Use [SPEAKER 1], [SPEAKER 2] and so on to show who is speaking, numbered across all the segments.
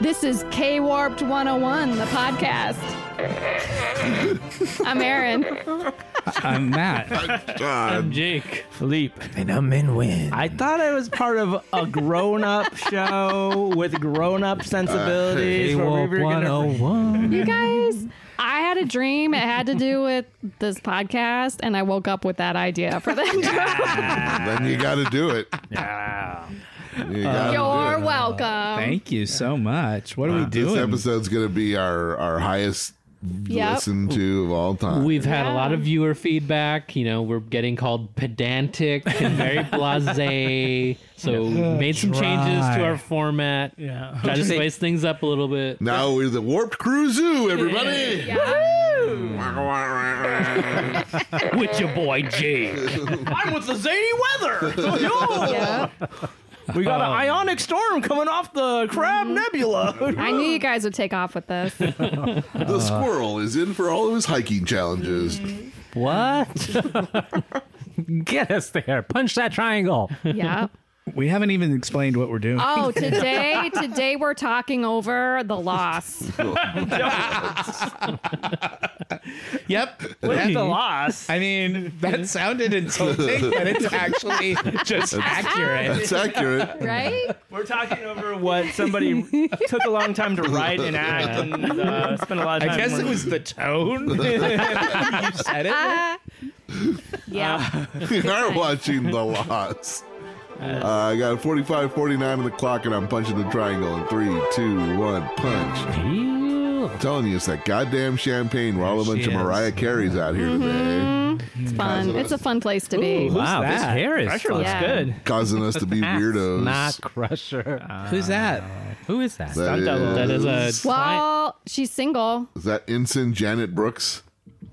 [SPEAKER 1] This is K Warped 101, the podcast. I'm Aaron.
[SPEAKER 2] I'm Matt.
[SPEAKER 3] God.
[SPEAKER 2] Jake. Philippe.
[SPEAKER 4] And I'm in win.
[SPEAKER 5] I thought it was part of a grown-up show with grown-up
[SPEAKER 4] Uh,
[SPEAKER 5] sensibilities. where we were gonna-
[SPEAKER 4] 101.
[SPEAKER 1] You guys, I had a dream. It had to do with this podcast, and I woke up with that idea for the intro.
[SPEAKER 3] then you got to do it. You gotta
[SPEAKER 1] You're
[SPEAKER 3] do it.
[SPEAKER 1] welcome.
[SPEAKER 2] Thank you so much. What are we
[SPEAKER 3] This
[SPEAKER 2] doing?
[SPEAKER 3] episode's going to be our, our highest
[SPEAKER 1] Yep.
[SPEAKER 3] listened to of all time.
[SPEAKER 6] We've had
[SPEAKER 1] Yeah.
[SPEAKER 6] a lot of viewer feedback. You know, we're getting called pedantic and very blasé. So made some changes
[SPEAKER 2] Dry.
[SPEAKER 6] to our format.
[SPEAKER 2] Yeah.
[SPEAKER 6] Try to spice things up a little bit.
[SPEAKER 3] now we're the Warped Crew Zoo, everybody.
[SPEAKER 6] With your boy Jake.
[SPEAKER 5] I'm with the zany weather.
[SPEAKER 1] Yeah.
[SPEAKER 5] We got an
[SPEAKER 4] Um,
[SPEAKER 5] ionic storm coming off the Crab
[SPEAKER 4] Mm-hmm.
[SPEAKER 5] Nebula.
[SPEAKER 1] I knew you guys would take off with this.
[SPEAKER 3] The squirrel is in for all of his hiking challenges.
[SPEAKER 4] What? Get us there. Punch that triangle.
[SPEAKER 1] Yeah.
[SPEAKER 2] We haven't even explained what we're doing.
[SPEAKER 5] Uh,
[SPEAKER 1] Oh, today, today we're talking over the loss.
[SPEAKER 2] Yep.
[SPEAKER 5] That's a loss.
[SPEAKER 2] I mean, that sounded insulting, but it's actually just accurate.
[SPEAKER 3] That's accurate.
[SPEAKER 1] Right?
[SPEAKER 5] We're talking over what somebody took a long time to write and act and uh, spent a lot of
[SPEAKER 2] I
[SPEAKER 5] time.
[SPEAKER 2] guess it
[SPEAKER 5] working.
[SPEAKER 2] was the tone. you said it.
[SPEAKER 1] Ah. yeah.
[SPEAKER 3] We are watching The Loss. Uh, I got 45, 49 on the clock, and I'm punching the triangle in three, two, one, punch. I'm telling you, it's that goddamn champagne. We're all a bunch of
[SPEAKER 2] is.
[SPEAKER 3] Mariah Careys out here today,
[SPEAKER 1] It's fun. It's a fun place to be.
[SPEAKER 4] wow, this
[SPEAKER 2] that?
[SPEAKER 4] hair is
[SPEAKER 5] Pressure looks
[SPEAKER 1] Yeah.
[SPEAKER 5] good.
[SPEAKER 3] causing us to be weirdos.
[SPEAKER 4] Not Crusher.
[SPEAKER 5] Uh,
[SPEAKER 2] Who's that?
[SPEAKER 4] Who is that?
[SPEAKER 3] That
[SPEAKER 5] Stunt double.
[SPEAKER 6] That is a client,
[SPEAKER 1] Well, she's single.
[SPEAKER 3] Is that ensign Janet Brooks?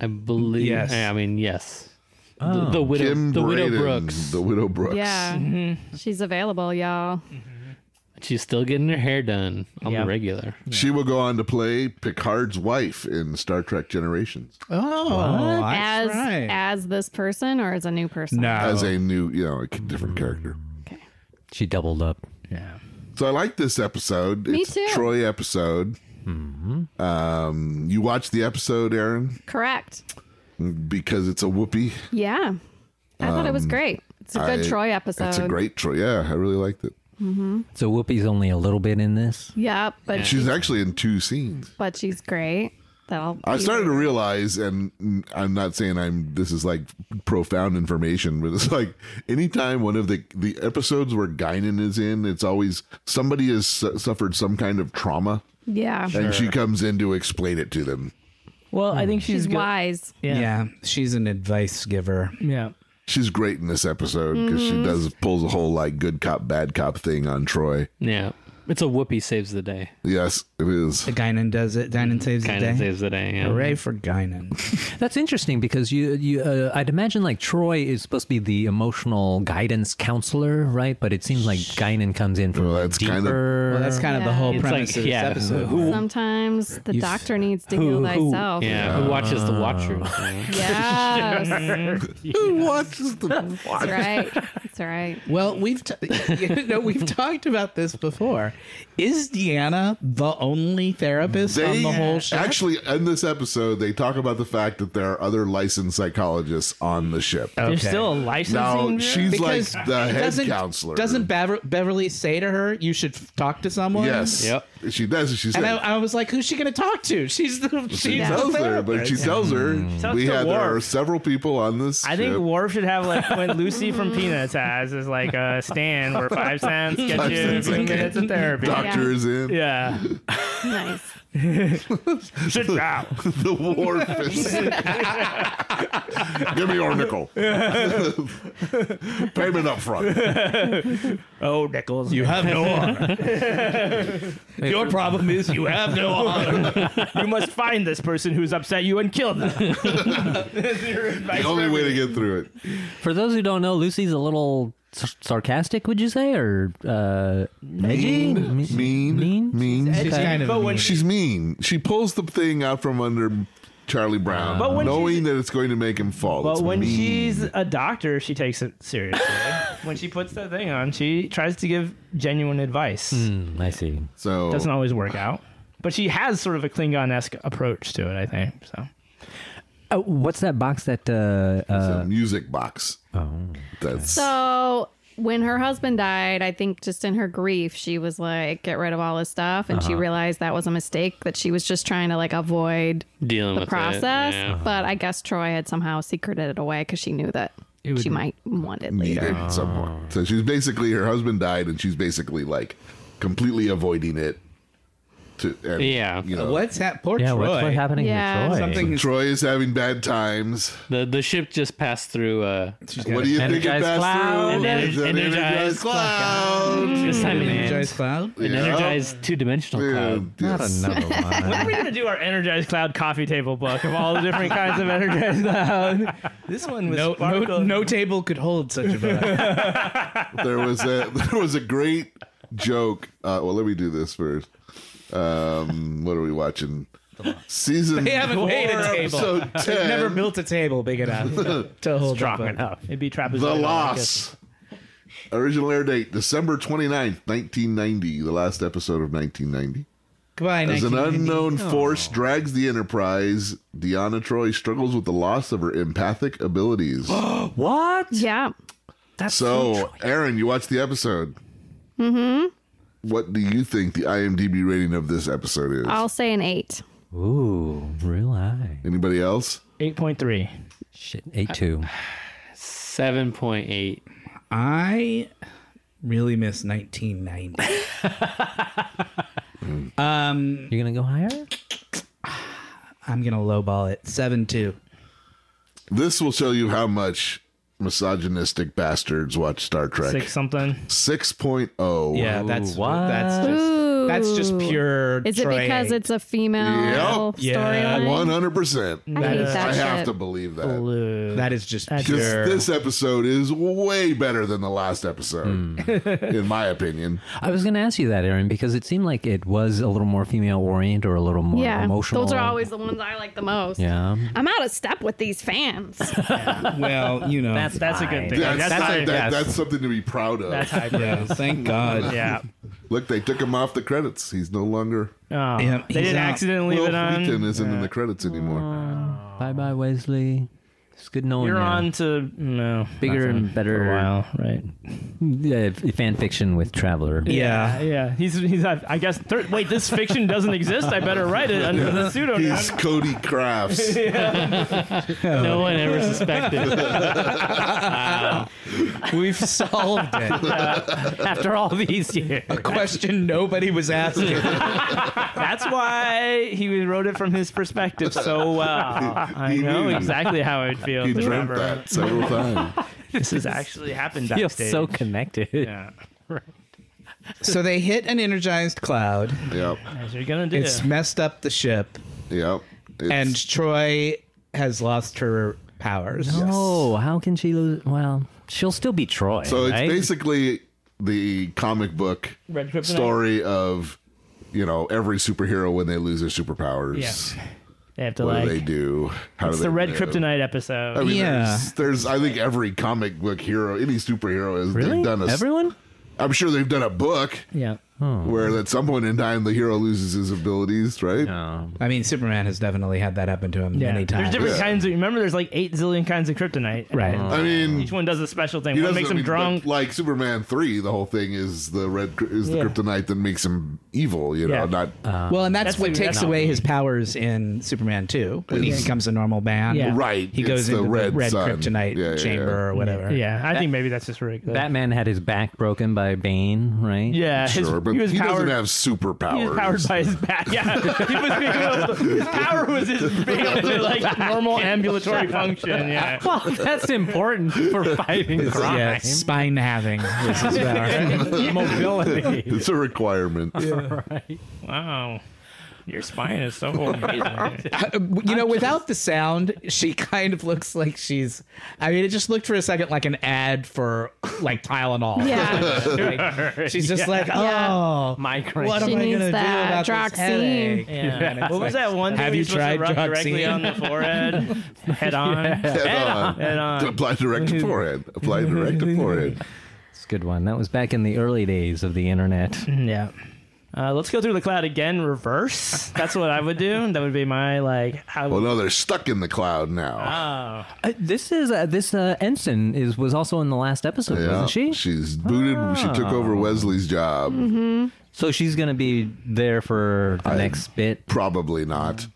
[SPEAKER 6] I believe.
[SPEAKER 2] Yes.
[SPEAKER 6] I mean, yes. The, the widow.
[SPEAKER 3] Kim
[SPEAKER 6] the widow
[SPEAKER 3] Braden,
[SPEAKER 6] Brooks.
[SPEAKER 3] The Widow Brooks.
[SPEAKER 1] Yeah. She's available, y'all.
[SPEAKER 6] She's still getting her hair done on
[SPEAKER 5] Yeah.
[SPEAKER 6] the regular.
[SPEAKER 3] She will go on to play Picard's wife in Star Trek Generations
[SPEAKER 2] Oh,
[SPEAKER 1] as
[SPEAKER 2] that's right.
[SPEAKER 1] as this person or as a new person?
[SPEAKER 2] no.
[SPEAKER 3] as
[SPEAKER 6] Oh.
[SPEAKER 3] a new, you know, a different
[SPEAKER 6] Hmm.
[SPEAKER 3] character.
[SPEAKER 4] She doubled up.
[SPEAKER 2] yeah.
[SPEAKER 3] So I like this episode.
[SPEAKER 1] Me
[SPEAKER 3] it's
[SPEAKER 1] too.
[SPEAKER 3] a Troy episode.
[SPEAKER 6] Hmm.
[SPEAKER 3] Um, you watched the episode, Aaron,
[SPEAKER 1] Correct.
[SPEAKER 3] because it's a whoopee.
[SPEAKER 1] Yeah. I thought it was great. It's a good
[SPEAKER 3] Um, I-
[SPEAKER 1] Troy episode.
[SPEAKER 3] It's a great Troy. Yeah, I really liked it.
[SPEAKER 4] So Whoopi's only a little bit in this.
[SPEAKER 1] Yeah, but
[SPEAKER 3] She's actually in two scenes.
[SPEAKER 1] but she's great. That'll
[SPEAKER 3] I started to realize, and I'm not saying I'm this is like profound information, but it's like anytime one of the the episodes where Guinan is in, it's always somebody has su- suffered some kind of trauma,
[SPEAKER 1] Yeah.
[SPEAKER 3] and she comes in to explain it to them.
[SPEAKER 5] Well, I think
[SPEAKER 1] She's wise.
[SPEAKER 2] yeah. She's an advice giver.
[SPEAKER 5] Yeah.
[SPEAKER 3] She's great in this episode because she does pulls a whole like good cop bad cop thing on Troy.
[SPEAKER 6] Yeah. It's a whoopee saves the day.
[SPEAKER 3] Yes, it is.
[SPEAKER 2] Guinan does it. Guinan saves
[SPEAKER 6] Kind
[SPEAKER 2] the
[SPEAKER 6] of
[SPEAKER 2] day.
[SPEAKER 6] saves the day. yeah.
[SPEAKER 2] Hooray for Guinan.
[SPEAKER 4] That's interesting because you, you, uh, I'd imagine like Troy is supposed to be the emotional guidance counselor, right? But it seems like Guinan comes in from
[SPEAKER 3] Well, that's
[SPEAKER 4] deeper.
[SPEAKER 3] kind of-
[SPEAKER 2] Well, that's kind of the
[SPEAKER 1] Yeah.
[SPEAKER 2] whole
[SPEAKER 6] It's like,
[SPEAKER 2] premise of this
[SPEAKER 6] yeah,
[SPEAKER 2] episode.
[SPEAKER 6] who-
[SPEAKER 1] Sometimes the
[SPEAKER 4] You s-
[SPEAKER 1] doctor needs to heal thyself.
[SPEAKER 6] Yeah, who watches the Watchers? you know?
[SPEAKER 1] Yes.
[SPEAKER 3] Who watches the
[SPEAKER 1] That's right. That's right.
[SPEAKER 2] Well, we've t- you know we've talked about this before. Is Deanna the only therapist on
[SPEAKER 3] They
[SPEAKER 2] the whole show?
[SPEAKER 3] actually in this episode they talk about the fact that there are other licensed psychologists on the ship.
[SPEAKER 5] There's
[SPEAKER 2] Okay.
[SPEAKER 5] still a licensing.
[SPEAKER 3] Now
[SPEAKER 5] bureau?
[SPEAKER 3] she's like the head
[SPEAKER 2] doesn't,
[SPEAKER 3] counselor.
[SPEAKER 2] Doesn't Bever- Beverly say to her, "You should f- talk to someone"?
[SPEAKER 3] Yes.
[SPEAKER 6] Yep.
[SPEAKER 3] She does. She says.
[SPEAKER 2] And I, I was like, "Who's she going to talk to? She's the she's
[SPEAKER 3] she
[SPEAKER 1] Yeah.
[SPEAKER 2] the
[SPEAKER 3] tells her,
[SPEAKER 2] therapist."
[SPEAKER 3] but she tells her
[SPEAKER 5] Talks
[SPEAKER 3] we
[SPEAKER 5] to
[SPEAKER 3] had there are
[SPEAKER 5] Worf.
[SPEAKER 3] several people on this.
[SPEAKER 5] I think
[SPEAKER 3] ship.
[SPEAKER 5] Worf should have like when Lucy from Peanuts has is like a stand where five cents gets
[SPEAKER 3] Five
[SPEAKER 5] you
[SPEAKER 3] cents,
[SPEAKER 5] two
[SPEAKER 3] like,
[SPEAKER 5] minutes of therapy.
[SPEAKER 3] Doctor is in.
[SPEAKER 5] Yeah.
[SPEAKER 1] Nice.
[SPEAKER 5] Sit down.
[SPEAKER 3] The Worf is in. Give me your nickel. Payment up front.
[SPEAKER 5] Oh, Nichols.
[SPEAKER 2] You have no honor. Your problem is you have no honor.
[SPEAKER 5] you must find this person who's upset you and kill them.
[SPEAKER 3] The only way to get through it.
[SPEAKER 4] For those who don't know, Lucy's a little s- sarcastic, would you say, or uh, edgy? Me-
[SPEAKER 3] Mean.
[SPEAKER 4] Mean?
[SPEAKER 3] Mean.
[SPEAKER 2] She's kind of
[SPEAKER 5] But when
[SPEAKER 2] mean.
[SPEAKER 3] She's mean. She pulls the thing out from under Charlie Brown,
[SPEAKER 5] But when
[SPEAKER 3] knowing
[SPEAKER 5] she's-
[SPEAKER 3] that it's going to make him fall.
[SPEAKER 5] But
[SPEAKER 3] It's
[SPEAKER 5] when
[SPEAKER 3] mean.
[SPEAKER 5] she's a doctor, she takes it seriously. when she puts that thing on, she tries to give genuine advice.
[SPEAKER 3] Hmm.
[SPEAKER 4] Mm, I see.
[SPEAKER 3] So
[SPEAKER 5] Doesn't always work out, but she has sort of a Klingon esque approach to it. I think so.
[SPEAKER 4] Oh, what's that box that? Uh,
[SPEAKER 3] it's
[SPEAKER 4] uh,
[SPEAKER 3] a music box.
[SPEAKER 4] oh.
[SPEAKER 3] That's
[SPEAKER 1] So when her husband died, I think just in her grief, she was like, get rid of all his stuff. And she realized that was a mistake, that she was just trying to like avoid
[SPEAKER 6] Dealing
[SPEAKER 1] the
[SPEAKER 6] with it,
[SPEAKER 1] process.
[SPEAKER 6] yeah.
[SPEAKER 1] But I guess Troy had somehow secreted it away because she knew that she might want it later.
[SPEAKER 3] needed someone. So she's basically her husband died, and she's basically like completely avoiding it. To and,
[SPEAKER 6] Yeah.
[SPEAKER 3] you know,
[SPEAKER 2] What's that? Poor
[SPEAKER 4] Yeah,
[SPEAKER 2] Troy.
[SPEAKER 4] what's what happening
[SPEAKER 1] Yeah.
[SPEAKER 4] with Troy?
[SPEAKER 2] Something is
[SPEAKER 3] Troy is having bad times.
[SPEAKER 6] The the ship just passed through. Uh,
[SPEAKER 3] What do you think it
[SPEAKER 5] energized
[SPEAKER 3] passed
[SPEAKER 5] cloud.
[SPEAKER 3] through?
[SPEAKER 6] Ener-
[SPEAKER 3] It's an
[SPEAKER 6] energized
[SPEAKER 3] energized cloud.
[SPEAKER 6] this time
[SPEAKER 2] an
[SPEAKER 6] it-
[SPEAKER 2] energized cloud.
[SPEAKER 6] an
[SPEAKER 3] Yeah.
[SPEAKER 6] energized two dimensional cloud.
[SPEAKER 3] Yeah,
[SPEAKER 4] Not
[SPEAKER 3] yes.
[SPEAKER 4] another one.
[SPEAKER 5] When are we gonna do our Energized Cloud coffee table book of all the different kinds of Energized Cloud? This one was
[SPEAKER 2] No, no,
[SPEAKER 5] sparkle.
[SPEAKER 2] no table could hold such a book.
[SPEAKER 3] there was a there was a great joke. Uh, well, let me do this first. Um, what are we watching? Season
[SPEAKER 2] They haven't
[SPEAKER 3] four,
[SPEAKER 2] made a table.
[SPEAKER 3] episode
[SPEAKER 2] They've
[SPEAKER 3] ten.
[SPEAKER 2] never built a table big enough to hold uh, a
[SPEAKER 5] strong
[SPEAKER 2] book.
[SPEAKER 5] enough. It'd be trapezoidal.
[SPEAKER 3] the
[SPEAKER 5] I guess.
[SPEAKER 3] loss. Original air date December 29th, 1990. The last episode of 1990.
[SPEAKER 2] Goodbye,
[SPEAKER 3] As an
[SPEAKER 2] 1990.
[SPEAKER 3] unknown force drags the Enterprise, Deanna Troy struggles with the loss of her empathic abilities.
[SPEAKER 4] What?
[SPEAKER 1] Yeah.
[SPEAKER 4] That's
[SPEAKER 3] so, Aaron, you watched the episode. Mm-hmm. What do you think the IMDb rating of this episode is?
[SPEAKER 1] I'll say an eight.
[SPEAKER 4] Ooh, real high.
[SPEAKER 3] Anybody else?
[SPEAKER 5] 8.3.
[SPEAKER 4] Shit, eight two.
[SPEAKER 6] Seven point eight.
[SPEAKER 2] I really miss 1990. um,
[SPEAKER 4] You're gonna go higher?
[SPEAKER 2] I'm gonna lowball it. Seven two.
[SPEAKER 3] This will show you how much misogynistic bastards watch Star Trek. oh.
[SPEAKER 5] Six something.
[SPEAKER 3] 6.0.
[SPEAKER 2] Yeah, that's
[SPEAKER 4] what?
[SPEAKER 2] that's just
[SPEAKER 1] Ooh.
[SPEAKER 2] that's just pure.
[SPEAKER 1] Is it
[SPEAKER 2] Troy
[SPEAKER 1] because
[SPEAKER 2] hate.
[SPEAKER 1] it's a female
[SPEAKER 3] Yep.
[SPEAKER 2] Yeah.
[SPEAKER 1] storyline?
[SPEAKER 3] One hundred percent.
[SPEAKER 1] I hate
[SPEAKER 3] I
[SPEAKER 1] that shit.
[SPEAKER 3] have to believe that.
[SPEAKER 2] that is just
[SPEAKER 5] That's-
[SPEAKER 3] This,
[SPEAKER 2] pure?
[SPEAKER 3] this episode is way better than the last episode, in my opinion.
[SPEAKER 4] I was gonna ask you that, Aaron, because it seemed like it was a little more female orient or a little more
[SPEAKER 1] yeah.
[SPEAKER 4] emotional.
[SPEAKER 1] Those are always the ones I like the most.
[SPEAKER 4] Yeah.
[SPEAKER 1] I'm out of step with these fans.
[SPEAKER 2] well, you know.
[SPEAKER 5] That's that's a good thing.
[SPEAKER 3] That's,
[SPEAKER 5] a-
[SPEAKER 3] that-
[SPEAKER 5] yes.
[SPEAKER 3] that's something to be proud of.
[SPEAKER 5] That's high
[SPEAKER 2] yeah, thank God.
[SPEAKER 5] Yeah.
[SPEAKER 3] Look, they took him off the credits. He's no longer.
[SPEAKER 5] Oh,
[SPEAKER 2] Yeah,
[SPEAKER 5] they
[SPEAKER 2] he's
[SPEAKER 5] didn't
[SPEAKER 2] out.
[SPEAKER 5] accidentally leave
[SPEAKER 3] Will
[SPEAKER 5] it on.
[SPEAKER 3] Wheaton isn't in the credits anymore.
[SPEAKER 4] Bye bye, Wesley. It's good knowing
[SPEAKER 5] You're
[SPEAKER 4] you.
[SPEAKER 5] on to no
[SPEAKER 4] Bigger
[SPEAKER 5] nothing
[SPEAKER 4] and better-
[SPEAKER 5] for a while, right?
[SPEAKER 4] Yeah, f- fan fiction with Traveler.
[SPEAKER 2] Yeah.
[SPEAKER 5] Uh, yeah. He's he's I, I guess third, wait, this fiction doesn't exist. I better write it under the pseudonym.
[SPEAKER 3] He's Cody Crafts.
[SPEAKER 6] No one ever suspected.
[SPEAKER 2] We've solved it.
[SPEAKER 5] After all these years,
[SPEAKER 2] A question nobody was asking.
[SPEAKER 5] that's why he wrote it from his perspective so well. Ah, I
[SPEAKER 3] He
[SPEAKER 5] know
[SPEAKER 3] knew.
[SPEAKER 5] exactly how I'd feel.
[SPEAKER 3] He
[SPEAKER 5] if
[SPEAKER 3] dreamt
[SPEAKER 5] ever-
[SPEAKER 3] that several times.
[SPEAKER 5] This has actually happened
[SPEAKER 4] Feels
[SPEAKER 5] backstage.
[SPEAKER 4] so connected.
[SPEAKER 5] yeah.
[SPEAKER 2] so they hit an energized cloud.
[SPEAKER 3] Yep.
[SPEAKER 5] As you're gonna do.
[SPEAKER 2] It's messed up the ship,
[SPEAKER 3] Yep. It's-
[SPEAKER 2] and Troy has lost her powers.
[SPEAKER 4] Oh, how can she lose? Well, she'll still be Troy.
[SPEAKER 3] So it's
[SPEAKER 4] right?
[SPEAKER 3] basically the comic book
[SPEAKER 5] Red Kryptonite.
[SPEAKER 3] story of you know every superhero when they lose their superpowers.
[SPEAKER 5] They have to
[SPEAKER 3] What
[SPEAKER 5] like.
[SPEAKER 3] do they do? How do
[SPEAKER 5] It's
[SPEAKER 3] they
[SPEAKER 5] the Red
[SPEAKER 3] live?
[SPEAKER 5] Kryptonite episode.
[SPEAKER 3] I mean,
[SPEAKER 2] Yeah.
[SPEAKER 3] there's, there's I think every comic book hero, any superhero has they've
[SPEAKER 4] really
[SPEAKER 3] done a.
[SPEAKER 4] everyone. Hmm.
[SPEAKER 3] am sure they've done a book
[SPEAKER 5] yeah.
[SPEAKER 2] Oh,
[SPEAKER 3] where at some point in time the hero loses his abilities, right?
[SPEAKER 4] No.
[SPEAKER 2] I mean, Superman has definitely had that happen to him many
[SPEAKER 5] There's
[SPEAKER 2] times.
[SPEAKER 5] different kinds of. Remember, there's like eight zillion kinds of kryptonite.
[SPEAKER 2] right.
[SPEAKER 3] I mean,
[SPEAKER 5] Each one does a special
[SPEAKER 3] Uh-huh.
[SPEAKER 5] thing.
[SPEAKER 3] he
[SPEAKER 5] One
[SPEAKER 3] doesn't-
[SPEAKER 5] makes
[SPEAKER 3] I
[SPEAKER 5] him
[SPEAKER 3] mean, but
[SPEAKER 5] drunk.
[SPEAKER 3] Like Superman three, the whole thing is the red Kry- is the
[SPEAKER 5] Yeah.
[SPEAKER 3] kryptonite that makes him evil. You know,
[SPEAKER 5] Yeah.
[SPEAKER 3] not
[SPEAKER 4] Uh,
[SPEAKER 2] well, and that's,
[SPEAKER 5] That's
[SPEAKER 2] what
[SPEAKER 5] the-
[SPEAKER 2] takes
[SPEAKER 5] that's-
[SPEAKER 2] away his powers in Superman 2 when he
[SPEAKER 3] It's-
[SPEAKER 2] becomes a normal man.
[SPEAKER 5] Yeah.
[SPEAKER 3] right.
[SPEAKER 2] He
[SPEAKER 3] it's
[SPEAKER 2] goes into the red,
[SPEAKER 3] sun.
[SPEAKER 2] kryptonite
[SPEAKER 3] Yeah, yeah, yeah.
[SPEAKER 2] chamber or whatever.
[SPEAKER 5] Yeah, I think maybe that's just ridiculous.
[SPEAKER 4] Batman had his back broken by Bane, right?
[SPEAKER 5] Yeah, his,
[SPEAKER 3] Sure, but
[SPEAKER 5] he
[SPEAKER 3] he,
[SPEAKER 5] was powered.
[SPEAKER 3] doesn't have superpowers.
[SPEAKER 5] he was powered by his back. Yeah, he was being able, his power was his being able to like normal ambulatory function. Yeah,
[SPEAKER 4] Well, that's important for fighting crime.
[SPEAKER 2] Yeah, spine having. This is where-
[SPEAKER 5] mobility.
[SPEAKER 3] it's a requirement.
[SPEAKER 5] Wow, your spine is so amazing.
[SPEAKER 2] you know, without the sound, she kind of looks like she's. I mean, it just looked for a second like an ad for like Tylenol.
[SPEAKER 1] Yeah.
[SPEAKER 2] Like, she's just like,
[SPEAKER 1] Yeah.
[SPEAKER 2] oh,
[SPEAKER 5] Migraine.
[SPEAKER 2] what am I
[SPEAKER 1] needs
[SPEAKER 2] gonna do
[SPEAKER 1] that
[SPEAKER 2] about
[SPEAKER 1] Droxine.
[SPEAKER 2] this headache?
[SPEAKER 5] Yeah.
[SPEAKER 2] it's
[SPEAKER 5] What was that one? thing
[SPEAKER 2] have
[SPEAKER 5] where
[SPEAKER 2] you
[SPEAKER 5] you're supposed to
[SPEAKER 2] tried
[SPEAKER 5] rub
[SPEAKER 2] Droxine?
[SPEAKER 5] directly on the forehead, head on?
[SPEAKER 3] Head on.
[SPEAKER 5] Head on.
[SPEAKER 3] Apply direct to forehead. Apply direct to forehead.
[SPEAKER 4] It's a good one. That was back in the early days of the internet.
[SPEAKER 5] Yeah. Uh, let's go through the cloud again, reverse. That's what I would do. That would be my like. How,
[SPEAKER 3] Well, no, they're stuck in the cloud now.
[SPEAKER 5] Oh.
[SPEAKER 4] Uh, this is uh, this uh, ensign is was also in the last episode, wasn't she?
[SPEAKER 3] She's booted. She took over Wesley's job.
[SPEAKER 4] So she's gonna be there for the next bit.
[SPEAKER 3] Probably not.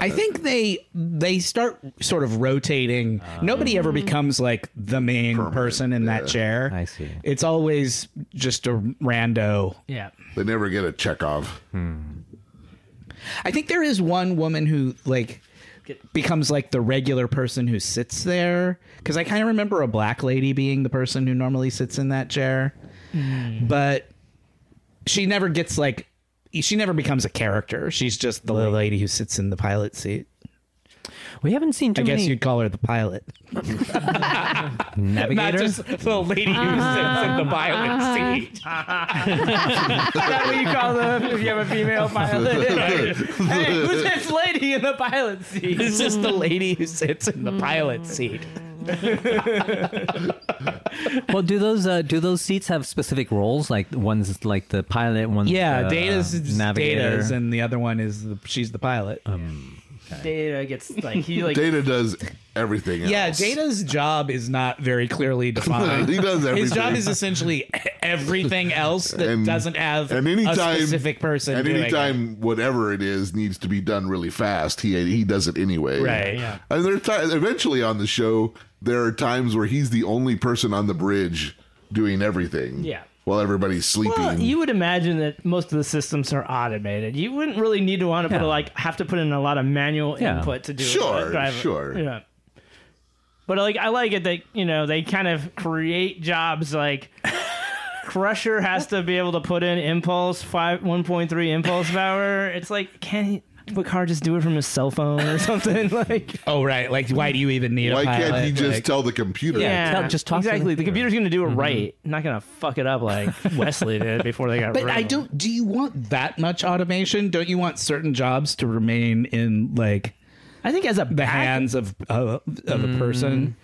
[SPEAKER 2] I think they they start sort of rotating. Nobody ever
[SPEAKER 1] Mm-hmm.
[SPEAKER 2] becomes like the main person in that chair.
[SPEAKER 4] I see.
[SPEAKER 2] It's always just a rando.
[SPEAKER 5] Yeah.
[SPEAKER 3] They never get a Chekhov.
[SPEAKER 2] I think there is one woman who like becomes like the regular person who sits there because I kind of remember a black lady being the person who normally sits in that chair, but she never gets like she never becomes a character. She's just the lady who sits in the pilot seat.
[SPEAKER 4] We haven't seen too
[SPEAKER 2] I guess
[SPEAKER 4] many
[SPEAKER 2] you'd call her the pilot. Not
[SPEAKER 4] navigators.
[SPEAKER 2] just the lady who sits in the pilot seat.
[SPEAKER 5] That's what you call them if you have a female pilot. hey, who's this lady in the pilot seat?
[SPEAKER 2] It's just the lady who sits in the pilot seat.
[SPEAKER 4] Well, do those uh, do those seats have specific roles? Like one's like the pilot, one's
[SPEAKER 2] Yeah,
[SPEAKER 4] the, uh,
[SPEAKER 2] Data's
[SPEAKER 4] navigator. Oh,
[SPEAKER 2] Data's, and the other one is the, she's the pilot.
[SPEAKER 5] Data gets like he like
[SPEAKER 3] Data does everything.
[SPEAKER 2] yeah,
[SPEAKER 3] else.
[SPEAKER 2] Data's job is not very clearly defined.
[SPEAKER 3] He does
[SPEAKER 2] His
[SPEAKER 3] everything.
[SPEAKER 2] job is essentially everything else that
[SPEAKER 3] And-
[SPEAKER 2] doesn't have
[SPEAKER 3] and anytime-
[SPEAKER 2] a specific person.
[SPEAKER 3] At
[SPEAKER 2] doing
[SPEAKER 3] any
[SPEAKER 2] it.
[SPEAKER 3] time, whatever it is needs to be done really fast. He he does it anyway.
[SPEAKER 2] Right, yeah.
[SPEAKER 3] And there are times. Eventually on the show, there are times where he's the only person on the bridge doing everything.
[SPEAKER 5] Yeah.
[SPEAKER 3] While everybody's sleeping.
[SPEAKER 5] Well, you would imagine that most of the systems are automated. You wouldn't really need to want to put
[SPEAKER 4] Yeah.
[SPEAKER 5] a, like have to put in a lot of manual
[SPEAKER 4] Yeah.
[SPEAKER 5] input to do
[SPEAKER 3] Sure,
[SPEAKER 5] it. Drive it.
[SPEAKER 3] sure.
[SPEAKER 5] Yeah. But like I like it that you know they kind of create jobs like Crusher has to be able to put in impulse five one point three impulse power. It's like can he, Picard just do it from his cell phone or something like
[SPEAKER 2] Oh, right. Like, why do you even need
[SPEAKER 3] Why
[SPEAKER 2] a pilot?
[SPEAKER 3] can't he just
[SPEAKER 2] Like,
[SPEAKER 3] tell the computer?
[SPEAKER 4] Yeah. tell- just talk to Mm-hmm. the
[SPEAKER 5] exactly. The computer's gonna do it right, not gonna fuck it up like Wesley did before they got.
[SPEAKER 2] But
[SPEAKER 5] rid of
[SPEAKER 2] I
[SPEAKER 5] him.
[SPEAKER 2] don't. Do you want that much automation? Don't you want certain jobs to remain in like
[SPEAKER 5] I think as a
[SPEAKER 2] the
[SPEAKER 5] back-
[SPEAKER 2] hands of of, of a person?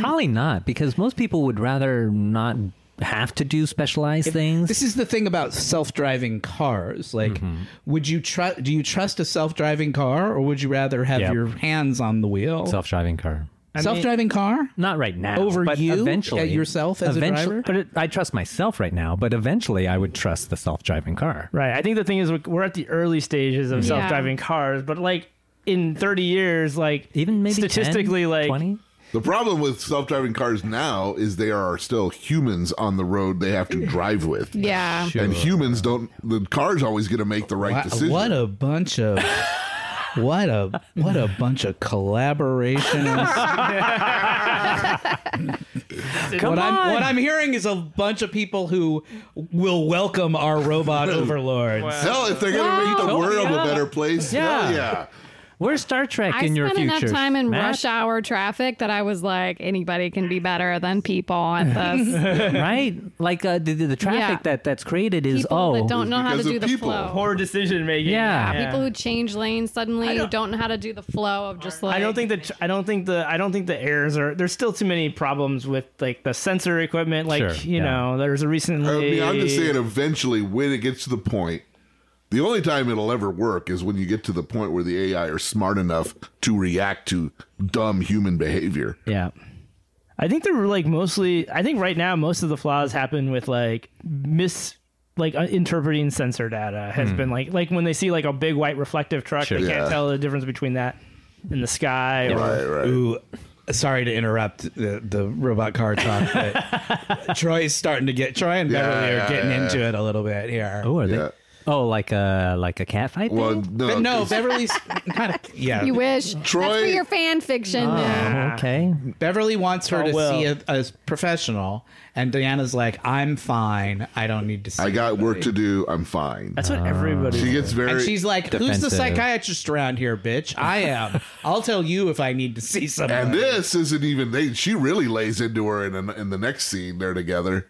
[SPEAKER 4] Probably not, because most people would rather not have to do specialized things.
[SPEAKER 2] This is the thing about self-driving cars. Like, would you trust? Do you trust a self-driving car, or would you rather have
[SPEAKER 4] Yep.
[SPEAKER 2] your hands on the wheel?
[SPEAKER 4] Self-driving car.
[SPEAKER 2] Self-driving car.
[SPEAKER 4] Not right now.
[SPEAKER 2] Over
[SPEAKER 4] but
[SPEAKER 2] you,
[SPEAKER 4] eventually,
[SPEAKER 2] uh, yourself as a
[SPEAKER 4] eventually,
[SPEAKER 2] driver?
[SPEAKER 4] But it, I trust myself right now. But eventually, I would trust the self-driving car.
[SPEAKER 5] Right. I think the thing is we're- we're at the early stages
[SPEAKER 1] Mm-hmm.
[SPEAKER 5] of self-driving cars, but like in 30 years, like
[SPEAKER 4] Even maybe 10,
[SPEAKER 5] statistically, like
[SPEAKER 4] 20?
[SPEAKER 3] The problem with self-driving cars now is they are still humans on the road. They have to drive with.
[SPEAKER 1] Yeah.
[SPEAKER 3] And humans don't. The car's always going to make the right
[SPEAKER 2] Wow,
[SPEAKER 3] decision.
[SPEAKER 2] What a bunch of what a what a bunch of collaborations. what I'm what I'm hearing is a bunch of people who will welcome our robot overlords.
[SPEAKER 3] Hell, if they're going to make the
[SPEAKER 4] Wow.
[SPEAKER 3] world
[SPEAKER 4] Yeah.
[SPEAKER 3] a better place,
[SPEAKER 4] Yeah.
[SPEAKER 3] hell yeah.
[SPEAKER 4] Where's Star Trek
[SPEAKER 1] I
[SPEAKER 4] in your
[SPEAKER 1] spent
[SPEAKER 4] future?
[SPEAKER 1] enough time in
[SPEAKER 4] Matt?
[SPEAKER 1] rush hour traffic that I was like, anybody can be better than people at this.
[SPEAKER 4] right? Like uh, the, the the traffic
[SPEAKER 1] Yeah.
[SPEAKER 4] that that's created is
[SPEAKER 1] people
[SPEAKER 4] oh
[SPEAKER 1] that don't know how to
[SPEAKER 3] because of
[SPEAKER 1] do the
[SPEAKER 3] people.
[SPEAKER 1] flow.
[SPEAKER 5] poor decision making.
[SPEAKER 4] Yeah.
[SPEAKER 1] People who change lanes suddenly don't, know how to do the flow of just like.
[SPEAKER 5] I don't think that I don't think the I don't think the errors are there's still too many problems with like the sensor equipment like
[SPEAKER 4] Sure,
[SPEAKER 5] you
[SPEAKER 4] yeah.
[SPEAKER 5] know there's a recently
[SPEAKER 3] I mean, I'm just
[SPEAKER 2] Eh.
[SPEAKER 3] saying, eventually, when it gets to the point, the only time it'll ever work is when you get to the point where the AI are smart enough to react to dumb human behavior.
[SPEAKER 5] Yeah. I think they're like mostly. I think right now most of the flaws happen with like mis like uh, interpreting sensor data has been like like when they see like a big white reflective truck, they
[SPEAKER 3] Hmm. Yeah.
[SPEAKER 5] can't tell the difference between that and the sky. Or,
[SPEAKER 3] Right, right.
[SPEAKER 2] Ooh, sorry to interrupt the, the robot car talk, but Troy's starting to get Troy and Beverly
[SPEAKER 3] Yeah,
[SPEAKER 2] are getting
[SPEAKER 3] yeah,
[SPEAKER 2] into it a little bit here.
[SPEAKER 4] oh are
[SPEAKER 3] Yeah.
[SPEAKER 4] they oh like a like a cat fight
[SPEAKER 3] Well,
[SPEAKER 4] thing?
[SPEAKER 3] no,
[SPEAKER 2] But no,
[SPEAKER 3] 'cause
[SPEAKER 2] Beverly's kind of yeah.
[SPEAKER 1] You wish. That's for
[SPEAKER 3] Troy-
[SPEAKER 1] your fan fiction. dude.
[SPEAKER 3] uh-huh.
[SPEAKER 4] Oh, okay
[SPEAKER 2] Beverly wants her
[SPEAKER 5] Oh,
[SPEAKER 2] to
[SPEAKER 5] well.
[SPEAKER 2] see a, a professional, and Diana's like, "I'm fine. I don't need to see."
[SPEAKER 3] I got work to do. I'm fine.
[SPEAKER 5] That's what everybody.
[SPEAKER 3] She gets very.
[SPEAKER 2] And she's like, "Who's the
[SPEAKER 4] defensive.
[SPEAKER 2] psychiatrist around here, bitch? I am. I'll tell you if I need to see someone."
[SPEAKER 3] And this isn't even they. She really lays into her in, an, in the next scene. They're together.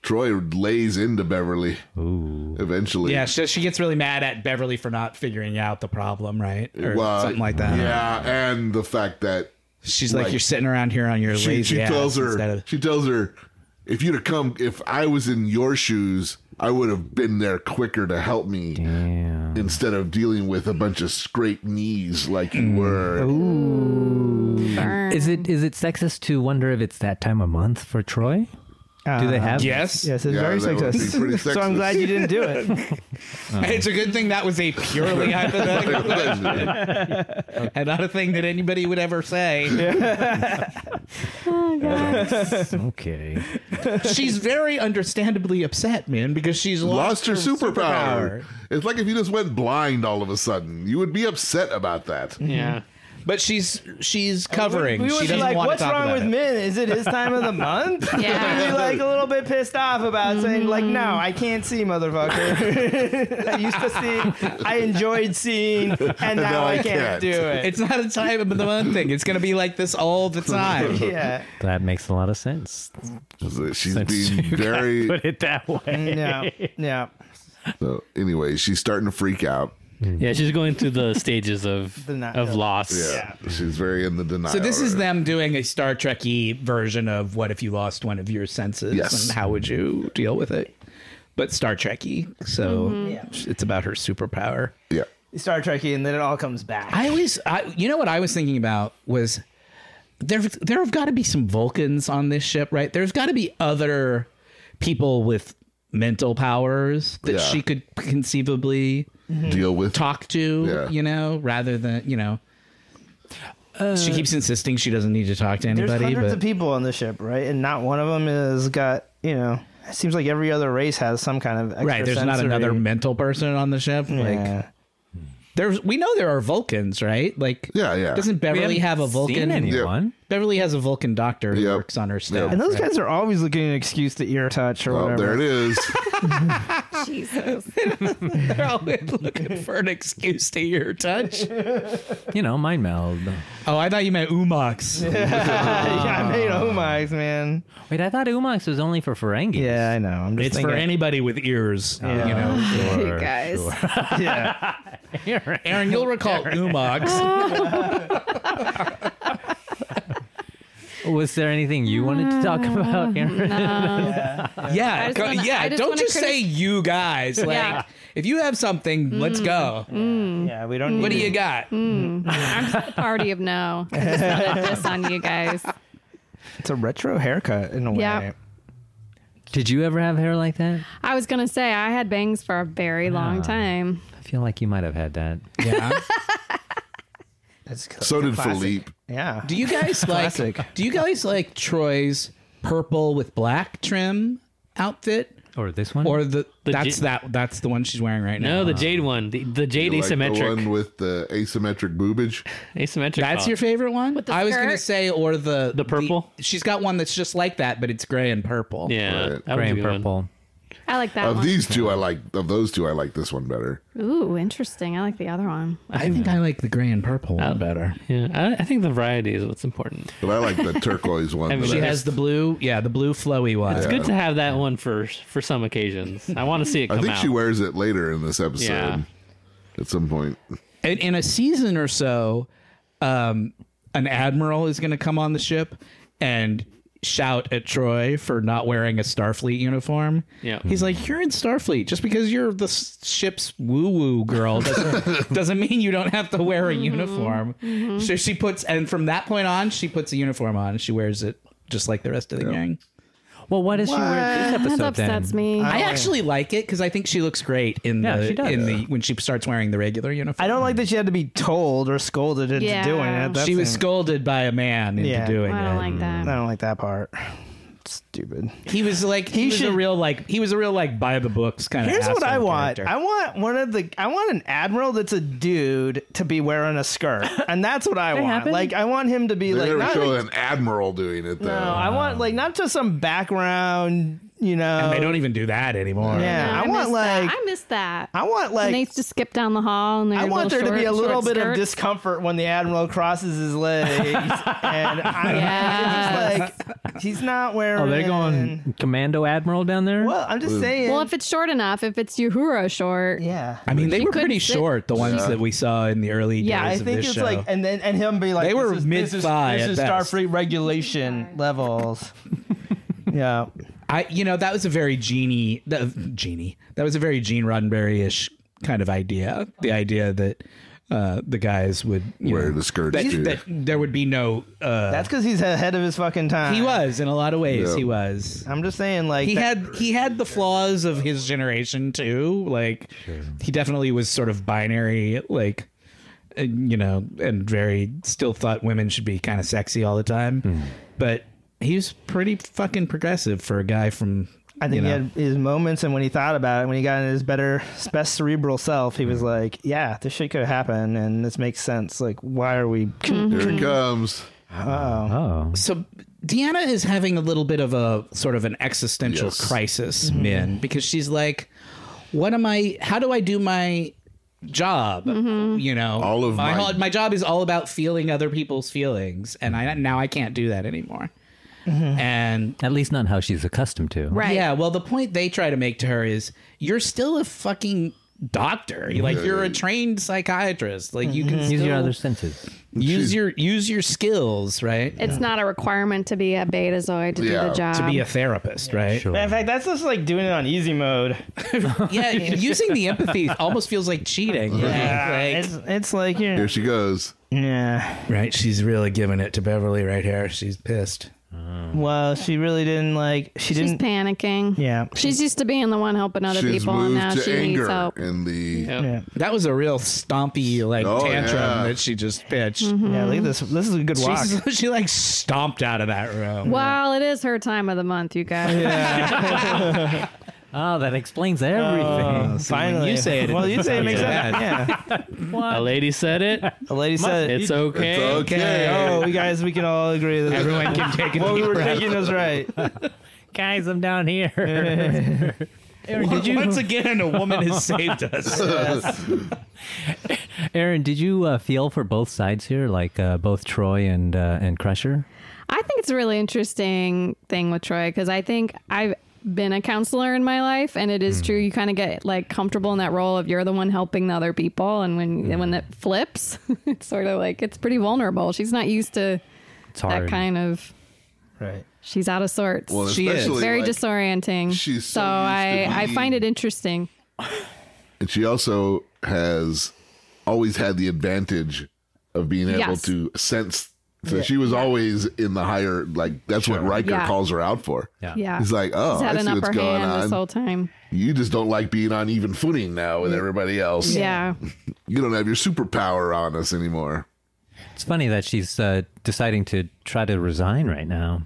[SPEAKER 3] Troy lays into Beverly. Eventually,
[SPEAKER 2] yeah, she, she gets really mad at Beverly for not figuring out the problem, right, or
[SPEAKER 3] Well,
[SPEAKER 2] something like that.
[SPEAKER 3] Yeah, and the fact that
[SPEAKER 2] She's like,
[SPEAKER 3] Right.
[SPEAKER 2] "You're sitting around here on your
[SPEAKER 3] she,
[SPEAKER 2] lazy
[SPEAKER 3] she
[SPEAKER 2] ass
[SPEAKER 3] tells her
[SPEAKER 2] instead of
[SPEAKER 3] she tells her if you'd have come, if I was in your shoes, I would have been there quicker to help me instead of dealing with a bunch of scraped knees like you were.
[SPEAKER 1] Burn.
[SPEAKER 4] Is it is it sexist to wonder if it's that time of month for Troy? Do they have?
[SPEAKER 2] Yes.
[SPEAKER 5] Yes, it's
[SPEAKER 3] Yeah,
[SPEAKER 5] very
[SPEAKER 3] that would be
[SPEAKER 5] sexist.
[SPEAKER 3] pretty
[SPEAKER 5] So I'm glad
[SPEAKER 3] sexist.
[SPEAKER 5] you didn't do it.
[SPEAKER 2] It's a good thing that was a purely hypothetical and not a thing that anybody would ever say.
[SPEAKER 4] Okay.
[SPEAKER 2] She's very understandably upset, man, because she's lost,
[SPEAKER 3] Lost your superpower. It's like if you just went blind all of a sudden. You would be upset about that.
[SPEAKER 6] Yeah.
[SPEAKER 2] But she's she's covering.
[SPEAKER 5] We
[SPEAKER 2] she
[SPEAKER 5] would be
[SPEAKER 2] doesn't
[SPEAKER 5] like,
[SPEAKER 2] want
[SPEAKER 5] "What's
[SPEAKER 2] to talk
[SPEAKER 5] wrong
[SPEAKER 2] about
[SPEAKER 5] with
[SPEAKER 2] it.
[SPEAKER 5] men? Is it his time of the month?"
[SPEAKER 1] Yeah.
[SPEAKER 5] We'd be like a little bit pissed off about saying, "Like, no, I can't see, motherfucker. I used to see, I enjoyed seeing, and now
[SPEAKER 3] I
[SPEAKER 5] I can't,
[SPEAKER 3] can't.
[SPEAKER 5] do it."
[SPEAKER 2] It's not a time of the month thing. It's going to be like this all the time.
[SPEAKER 5] yeah,
[SPEAKER 4] That makes a lot of sense.
[SPEAKER 3] She's
[SPEAKER 4] Since
[SPEAKER 3] being very
[SPEAKER 4] Put it that way.
[SPEAKER 5] no, no.
[SPEAKER 3] So anyway, she's starting to freak out.
[SPEAKER 6] Yeah, she's going through the stages of
[SPEAKER 5] The not-
[SPEAKER 6] of loss.
[SPEAKER 3] Yeah, she's very in the denial.
[SPEAKER 2] So this is them doing a Star Trek-y version of what if you lost one of your senses
[SPEAKER 3] Yes.
[SPEAKER 2] and how would you deal with it? But Star Trek-y. So it's about her superpower.
[SPEAKER 3] Yeah,
[SPEAKER 5] Star Trekky, and then it all comes back.
[SPEAKER 2] I always, I, you know what I was thinking about was there. There have got to be some Vulcans on this ship, right? There's got to be other people with mental powers that
[SPEAKER 3] Yeah.
[SPEAKER 2] she could conceivably
[SPEAKER 3] deal with
[SPEAKER 2] talk to,
[SPEAKER 3] Yeah.
[SPEAKER 2] you know, rather than you know. she keeps insisting she doesn't need to talk to
[SPEAKER 5] Uh, There's
[SPEAKER 2] anybody,
[SPEAKER 5] hundreds
[SPEAKER 2] but
[SPEAKER 5] of people on the ship, right? And not one of them has got you know. It seems like every other race has some kind of extra
[SPEAKER 2] right, there's not another mental person on the ship. Like
[SPEAKER 5] Yeah.
[SPEAKER 2] there's, we know there are Vulcans, right? Like,
[SPEAKER 3] Yeah, yeah.
[SPEAKER 2] Doesn't Beverly have a
[SPEAKER 4] Seen
[SPEAKER 2] Vulcan?
[SPEAKER 4] anyone?
[SPEAKER 2] Beverly has a Vulcan doctor who
[SPEAKER 3] Yep.
[SPEAKER 2] works on her staff.
[SPEAKER 5] and those
[SPEAKER 2] right?
[SPEAKER 5] guys are always looking at an excuse to ear touch or
[SPEAKER 3] Well,
[SPEAKER 5] whatever.
[SPEAKER 3] there it is.
[SPEAKER 1] Jesus.
[SPEAKER 2] They're always looking for an excuse to ear touch.
[SPEAKER 4] You know, mind meld.
[SPEAKER 2] Oh, I thought you meant umox.
[SPEAKER 5] yeah, I made omags, man.
[SPEAKER 4] Wait, I thought Umox was only for Ferengi.
[SPEAKER 5] Yeah, I know. I'm just
[SPEAKER 2] It's
[SPEAKER 5] thinking.
[SPEAKER 2] for anybody with ears.
[SPEAKER 5] Yeah.
[SPEAKER 2] You know,
[SPEAKER 4] Oh,
[SPEAKER 1] you guys.
[SPEAKER 5] yeah.
[SPEAKER 2] Aaron, you'll recall umox.
[SPEAKER 4] Was there anything you wanted to talk
[SPEAKER 5] Mm,
[SPEAKER 4] about, Aaron?
[SPEAKER 2] yeah,
[SPEAKER 1] I just
[SPEAKER 2] go-
[SPEAKER 1] wanna-
[SPEAKER 2] yeah.
[SPEAKER 1] I just
[SPEAKER 2] don't
[SPEAKER 1] wanna
[SPEAKER 2] just
[SPEAKER 1] critic-
[SPEAKER 2] say you guys. Like,
[SPEAKER 1] Yeah.
[SPEAKER 2] if you have something, let's go.
[SPEAKER 5] yeah, we don't.
[SPEAKER 2] What do
[SPEAKER 5] need
[SPEAKER 2] you got?
[SPEAKER 1] I'm just a party of no. I just wanted this on you guys.
[SPEAKER 5] It's a retro haircut in a way.
[SPEAKER 1] Yeah.
[SPEAKER 4] Did you ever have hair like that?
[SPEAKER 1] I was gonna say I had bangs for a very long time.
[SPEAKER 4] I feel like you might have had that.
[SPEAKER 2] Yeah.
[SPEAKER 5] That's c-
[SPEAKER 3] So did
[SPEAKER 5] classic.
[SPEAKER 3] Philippe.
[SPEAKER 5] Yeah.
[SPEAKER 2] Do you guys
[SPEAKER 5] Classic.
[SPEAKER 2] like? Do you guys like Troy's purple with black trim outfit,
[SPEAKER 4] Or this one?
[SPEAKER 2] or the,
[SPEAKER 6] The
[SPEAKER 2] that's
[SPEAKER 6] j-
[SPEAKER 2] that that's the one she's wearing right now?
[SPEAKER 6] No, the jade one, the, the jade
[SPEAKER 3] You like the
[SPEAKER 6] asymmetric,
[SPEAKER 3] one with the asymmetric boobage.
[SPEAKER 6] asymmetric.
[SPEAKER 2] That's
[SPEAKER 6] thought.
[SPEAKER 2] your favorite one?
[SPEAKER 1] With the
[SPEAKER 2] I was
[SPEAKER 1] skirt?
[SPEAKER 2] gonna say or the
[SPEAKER 6] The purple?
[SPEAKER 2] she's got one that's just like that, but it's gray and purple.
[SPEAKER 6] yeah, that
[SPEAKER 3] Right.
[SPEAKER 4] Gray
[SPEAKER 6] was a
[SPEAKER 4] and
[SPEAKER 6] good one.
[SPEAKER 4] purple.
[SPEAKER 1] I like that
[SPEAKER 3] Of
[SPEAKER 1] one.
[SPEAKER 3] these two, I like of those two, I like this one better.
[SPEAKER 1] Ooh, interesting. I like the other one.
[SPEAKER 2] I think I like the gray and purple
[SPEAKER 6] Oh.
[SPEAKER 2] one better.
[SPEAKER 6] Yeah, I, I think the variety is what's important.
[SPEAKER 3] But I like the turquoise one.
[SPEAKER 6] I mean,
[SPEAKER 3] the
[SPEAKER 2] She
[SPEAKER 3] best.
[SPEAKER 2] has the blue, yeah, the blue flowy one.
[SPEAKER 6] It's good to have that one for for some occasions. I want to see it come
[SPEAKER 3] I think
[SPEAKER 6] out.
[SPEAKER 3] she wears it later in this episode.
[SPEAKER 6] Yeah.
[SPEAKER 3] At some point,
[SPEAKER 2] In, in a season or so, um, an admiral is gonna come on the ship and shout at Troy for not wearing a Starfleet uniform.
[SPEAKER 6] Yeah.
[SPEAKER 2] He's like, You're in Starfleet. Just because you're the s- ship's woo woo girl doesn't, doesn't mean you don't have to wear a uniform. So she puts, and from that point on, she puts a uniform on and she wears it just like the rest of the gang.
[SPEAKER 4] Well, why does she wear this
[SPEAKER 1] That
[SPEAKER 4] episode
[SPEAKER 1] upsets
[SPEAKER 4] then?
[SPEAKER 1] me.
[SPEAKER 2] I actually like it because I think she looks great in
[SPEAKER 4] Yeah,
[SPEAKER 2] the
[SPEAKER 4] she does.
[SPEAKER 2] in the when she starts wearing the regular uniform.
[SPEAKER 5] I don't like that she had to be told or scolded into
[SPEAKER 1] Yeah.
[SPEAKER 5] doing it. That's
[SPEAKER 2] she was
[SPEAKER 5] in-
[SPEAKER 2] scolded by a man into
[SPEAKER 5] Yeah.
[SPEAKER 2] doing
[SPEAKER 1] I don't
[SPEAKER 2] it.
[SPEAKER 1] like
[SPEAKER 5] I
[SPEAKER 1] that.
[SPEAKER 5] don't like that part. Stupid.
[SPEAKER 2] He was like he, was a
[SPEAKER 5] should-
[SPEAKER 2] real like he was a real like by the books kind
[SPEAKER 5] Here's
[SPEAKER 2] of.
[SPEAKER 5] what I want.
[SPEAKER 2] Character.
[SPEAKER 5] I want one of the. I want an admiral that's a dude to be wearing a skirt, and that's what I want.
[SPEAKER 4] happen.
[SPEAKER 5] Like I want him to be
[SPEAKER 3] they
[SPEAKER 5] like
[SPEAKER 3] never
[SPEAKER 5] not.
[SPEAKER 3] show
[SPEAKER 5] a-
[SPEAKER 3] an admiral doing it though.
[SPEAKER 5] no, I want like not just some background. You know,
[SPEAKER 2] And they don't even do that anymore.
[SPEAKER 5] Yeah,
[SPEAKER 1] No,
[SPEAKER 5] I, want
[SPEAKER 1] miss
[SPEAKER 5] like
[SPEAKER 1] that. I miss that.
[SPEAKER 5] I want
[SPEAKER 1] When
[SPEAKER 5] like
[SPEAKER 1] they used to skip down the hall and they
[SPEAKER 5] I
[SPEAKER 1] had
[SPEAKER 5] want there
[SPEAKER 1] little
[SPEAKER 5] to be a
[SPEAKER 1] short-
[SPEAKER 5] little
[SPEAKER 1] short
[SPEAKER 5] bit of
[SPEAKER 1] skirts.
[SPEAKER 5] discomfort when the admiral crosses his legs, and I'm
[SPEAKER 1] Yes.
[SPEAKER 5] just like, he's not wearing.
[SPEAKER 4] Oh, they're going Commando Admiral down there?
[SPEAKER 5] Well, I'm just saying.
[SPEAKER 1] Well, if it's short enough, if it's Uhura short,
[SPEAKER 5] yeah,
[SPEAKER 2] I mean, they were
[SPEAKER 1] couldn't
[SPEAKER 2] pretty
[SPEAKER 1] sit-
[SPEAKER 2] short. The ones
[SPEAKER 3] Yeah.
[SPEAKER 2] that we saw in the early
[SPEAKER 1] Yeah,
[SPEAKER 2] days
[SPEAKER 5] I
[SPEAKER 2] of
[SPEAKER 5] think
[SPEAKER 2] this
[SPEAKER 5] it's
[SPEAKER 2] show.
[SPEAKER 5] like, and then and him be like,
[SPEAKER 2] They
[SPEAKER 5] this
[SPEAKER 2] were
[SPEAKER 5] is- this is-
[SPEAKER 2] mid-thigh
[SPEAKER 5] This
[SPEAKER 2] at
[SPEAKER 5] is
[SPEAKER 2] best. Uh,
[SPEAKER 5] Starfleet regulation levels. yeah,
[SPEAKER 2] I you know that was a very genie the genie that was a very Gene Roddenberry ish kind of idea. The idea that uh, the guys would you
[SPEAKER 3] Wear
[SPEAKER 2] know,
[SPEAKER 3] the skirts,
[SPEAKER 2] That,
[SPEAKER 3] too.
[SPEAKER 2] that there would be no. Uh,
[SPEAKER 5] That's because he's ahead of his fucking time.
[SPEAKER 2] he was in a lot of ways.
[SPEAKER 3] Yeah.
[SPEAKER 2] He was.
[SPEAKER 5] I'm just saying, like
[SPEAKER 2] He
[SPEAKER 5] that-
[SPEAKER 2] had he had the flaws of his generation too. Like he definitely was sort of binary. Like uh, you know, and very still thought women should be kind of sexy all the time.
[SPEAKER 5] Hmm.
[SPEAKER 2] But he was pretty fucking progressive for a guy from.
[SPEAKER 5] I
[SPEAKER 2] you
[SPEAKER 5] think
[SPEAKER 2] know,
[SPEAKER 5] he had his moments, and when he thought about it, when he got in his better, best cerebral self, he was like, "Yeah, this shit could happen, and this makes sense. Like, why are we?"
[SPEAKER 1] Mm-hmm.
[SPEAKER 3] Here it comes.
[SPEAKER 4] Oh,
[SPEAKER 2] so Deanna is having a little bit of a sort of an existential
[SPEAKER 3] Yes.
[SPEAKER 2] crisis, Min, because she's like, "What am I? How do I do my job? You know,
[SPEAKER 3] All of my-
[SPEAKER 2] my my job is all about feeling other people's feelings, and I now I can't do that anymore." And
[SPEAKER 4] at least not how she's accustomed to.
[SPEAKER 1] Right.
[SPEAKER 2] yeah, well, the point they try to make to her is you're still a fucking doctor. You- Like you're a trained psychiatrist. Like you can
[SPEAKER 4] Use your
[SPEAKER 2] still
[SPEAKER 4] other senses.
[SPEAKER 2] use your use your skills, right?
[SPEAKER 1] It's not a requirement to be a betazoid to do
[SPEAKER 3] Yeah,
[SPEAKER 1] the
[SPEAKER 3] to
[SPEAKER 1] job.
[SPEAKER 2] to be a therapist, right?
[SPEAKER 4] Sure.
[SPEAKER 5] In fact, that's just like doing it on easy mode.
[SPEAKER 2] yeah, using the empathy almost feels like cheating.
[SPEAKER 5] Yeah,
[SPEAKER 2] Right?
[SPEAKER 5] it's it's like you
[SPEAKER 3] Here
[SPEAKER 5] know,
[SPEAKER 3] she goes.
[SPEAKER 5] yeah.
[SPEAKER 2] right, she's really giving it to Beverly right here. She's pissed.
[SPEAKER 5] Well, she really didn't like. She
[SPEAKER 1] She's
[SPEAKER 5] didn't.
[SPEAKER 1] panicking.
[SPEAKER 5] yeah.
[SPEAKER 1] She's used to being the one helping other
[SPEAKER 3] She's
[SPEAKER 1] people, and now
[SPEAKER 3] moved to
[SPEAKER 1] she needs
[SPEAKER 3] anger
[SPEAKER 1] help.
[SPEAKER 3] in the
[SPEAKER 5] Yeah.
[SPEAKER 2] That was a real stompy like
[SPEAKER 3] Oh,
[SPEAKER 2] tantrum
[SPEAKER 3] yeah.
[SPEAKER 2] that she just pitched.
[SPEAKER 5] Yeah.
[SPEAKER 1] Mm-hmm.
[SPEAKER 5] Look at this. This is a good Mm-hmm. walk.
[SPEAKER 2] She's- she like stomped out of that room.
[SPEAKER 1] Well, it is her time of the month, you guys.
[SPEAKER 4] Oh, that explains
[SPEAKER 2] Uh,
[SPEAKER 4] everything.
[SPEAKER 2] See, when you say it.
[SPEAKER 5] Well, you say it makes
[SPEAKER 2] Yeah.
[SPEAKER 5] sense. Yeah.
[SPEAKER 6] A lady said it.
[SPEAKER 5] The lady said,
[SPEAKER 6] It's okay.
[SPEAKER 3] It's okay.
[SPEAKER 5] "Okay, oh, we guys, we can all agree that
[SPEAKER 2] Everyone can take it.
[SPEAKER 5] what we were thinking was right."
[SPEAKER 4] Guys, I'm down here.
[SPEAKER 2] Once again, a woman has saved us.
[SPEAKER 4] Aaron, did you uh, feel for both sides here, like uh, both Troy and uh, and Crusher?
[SPEAKER 1] I think it's a really interesting thing with Troy because I think I've been a counselor in my life, and it is true.
[SPEAKER 2] Mm-hmm.
[SPEAKER 1] You kind of get like comfortable in that role of you're the one helping the other people, and when and when
[SPEAKER 2] Mm-hmm.
[SPEAKER 1] that flips, it's sort of like it's pretty vulnerable. She's not used to
[SPEAKER 4] It's hard.
[SPEAKER 1] that kind of.
[SPEAKER 5] Right.
[SPEAKER 1] She's out of sorts.
[SPEAKER 3] Well,
[SPEAKER 2] She is.
[SPEAKER 3] especially,
[SPEAKER 1] very
[SPEAKER 3] like-
[SPEAKER 1] disorienting.
[SPEAKER 3] she's so
[SPEAKER 1] I
[SPEAKER 3] used to
[SPEAKER 1] I
[SPEAKER 3] being-
[SPEAKER 1] find it interesting.
[SPEAKER 3] and she also has always had the advantage of being able
[SPEAKER 1] Yes.
[SPEAKER 3] to sense. So she was always in the higher, like that's what Riker
[SPEAKER 1] Yeah.
[SPEAKER 3] calls her out for.
[SPEAKER 4] Yeah.
[SPEAKER 1] Yeah,
[SPEAKER 3] He's like, oh,
[SPEAKER 1] She's had
[SPEAKER 3] I
[SPEAKER 1] an
[SPEAKER 3] see what's
[SPEAKER 1] upper
[SPEAKER 3] going
[SPEAKER 1] hand this
[SPEAKER 3] on.
[SPEAKER 1] whole time.
[SPEAKER 3] you just don't like being on even footing now with everybody else.
[SPEAKER 1] Yeah,
[SPEAKER 3] You don't have your superpower on us anymore.
[SPEAKER 4] It's funny that she's uh, deciding to try to resign right now.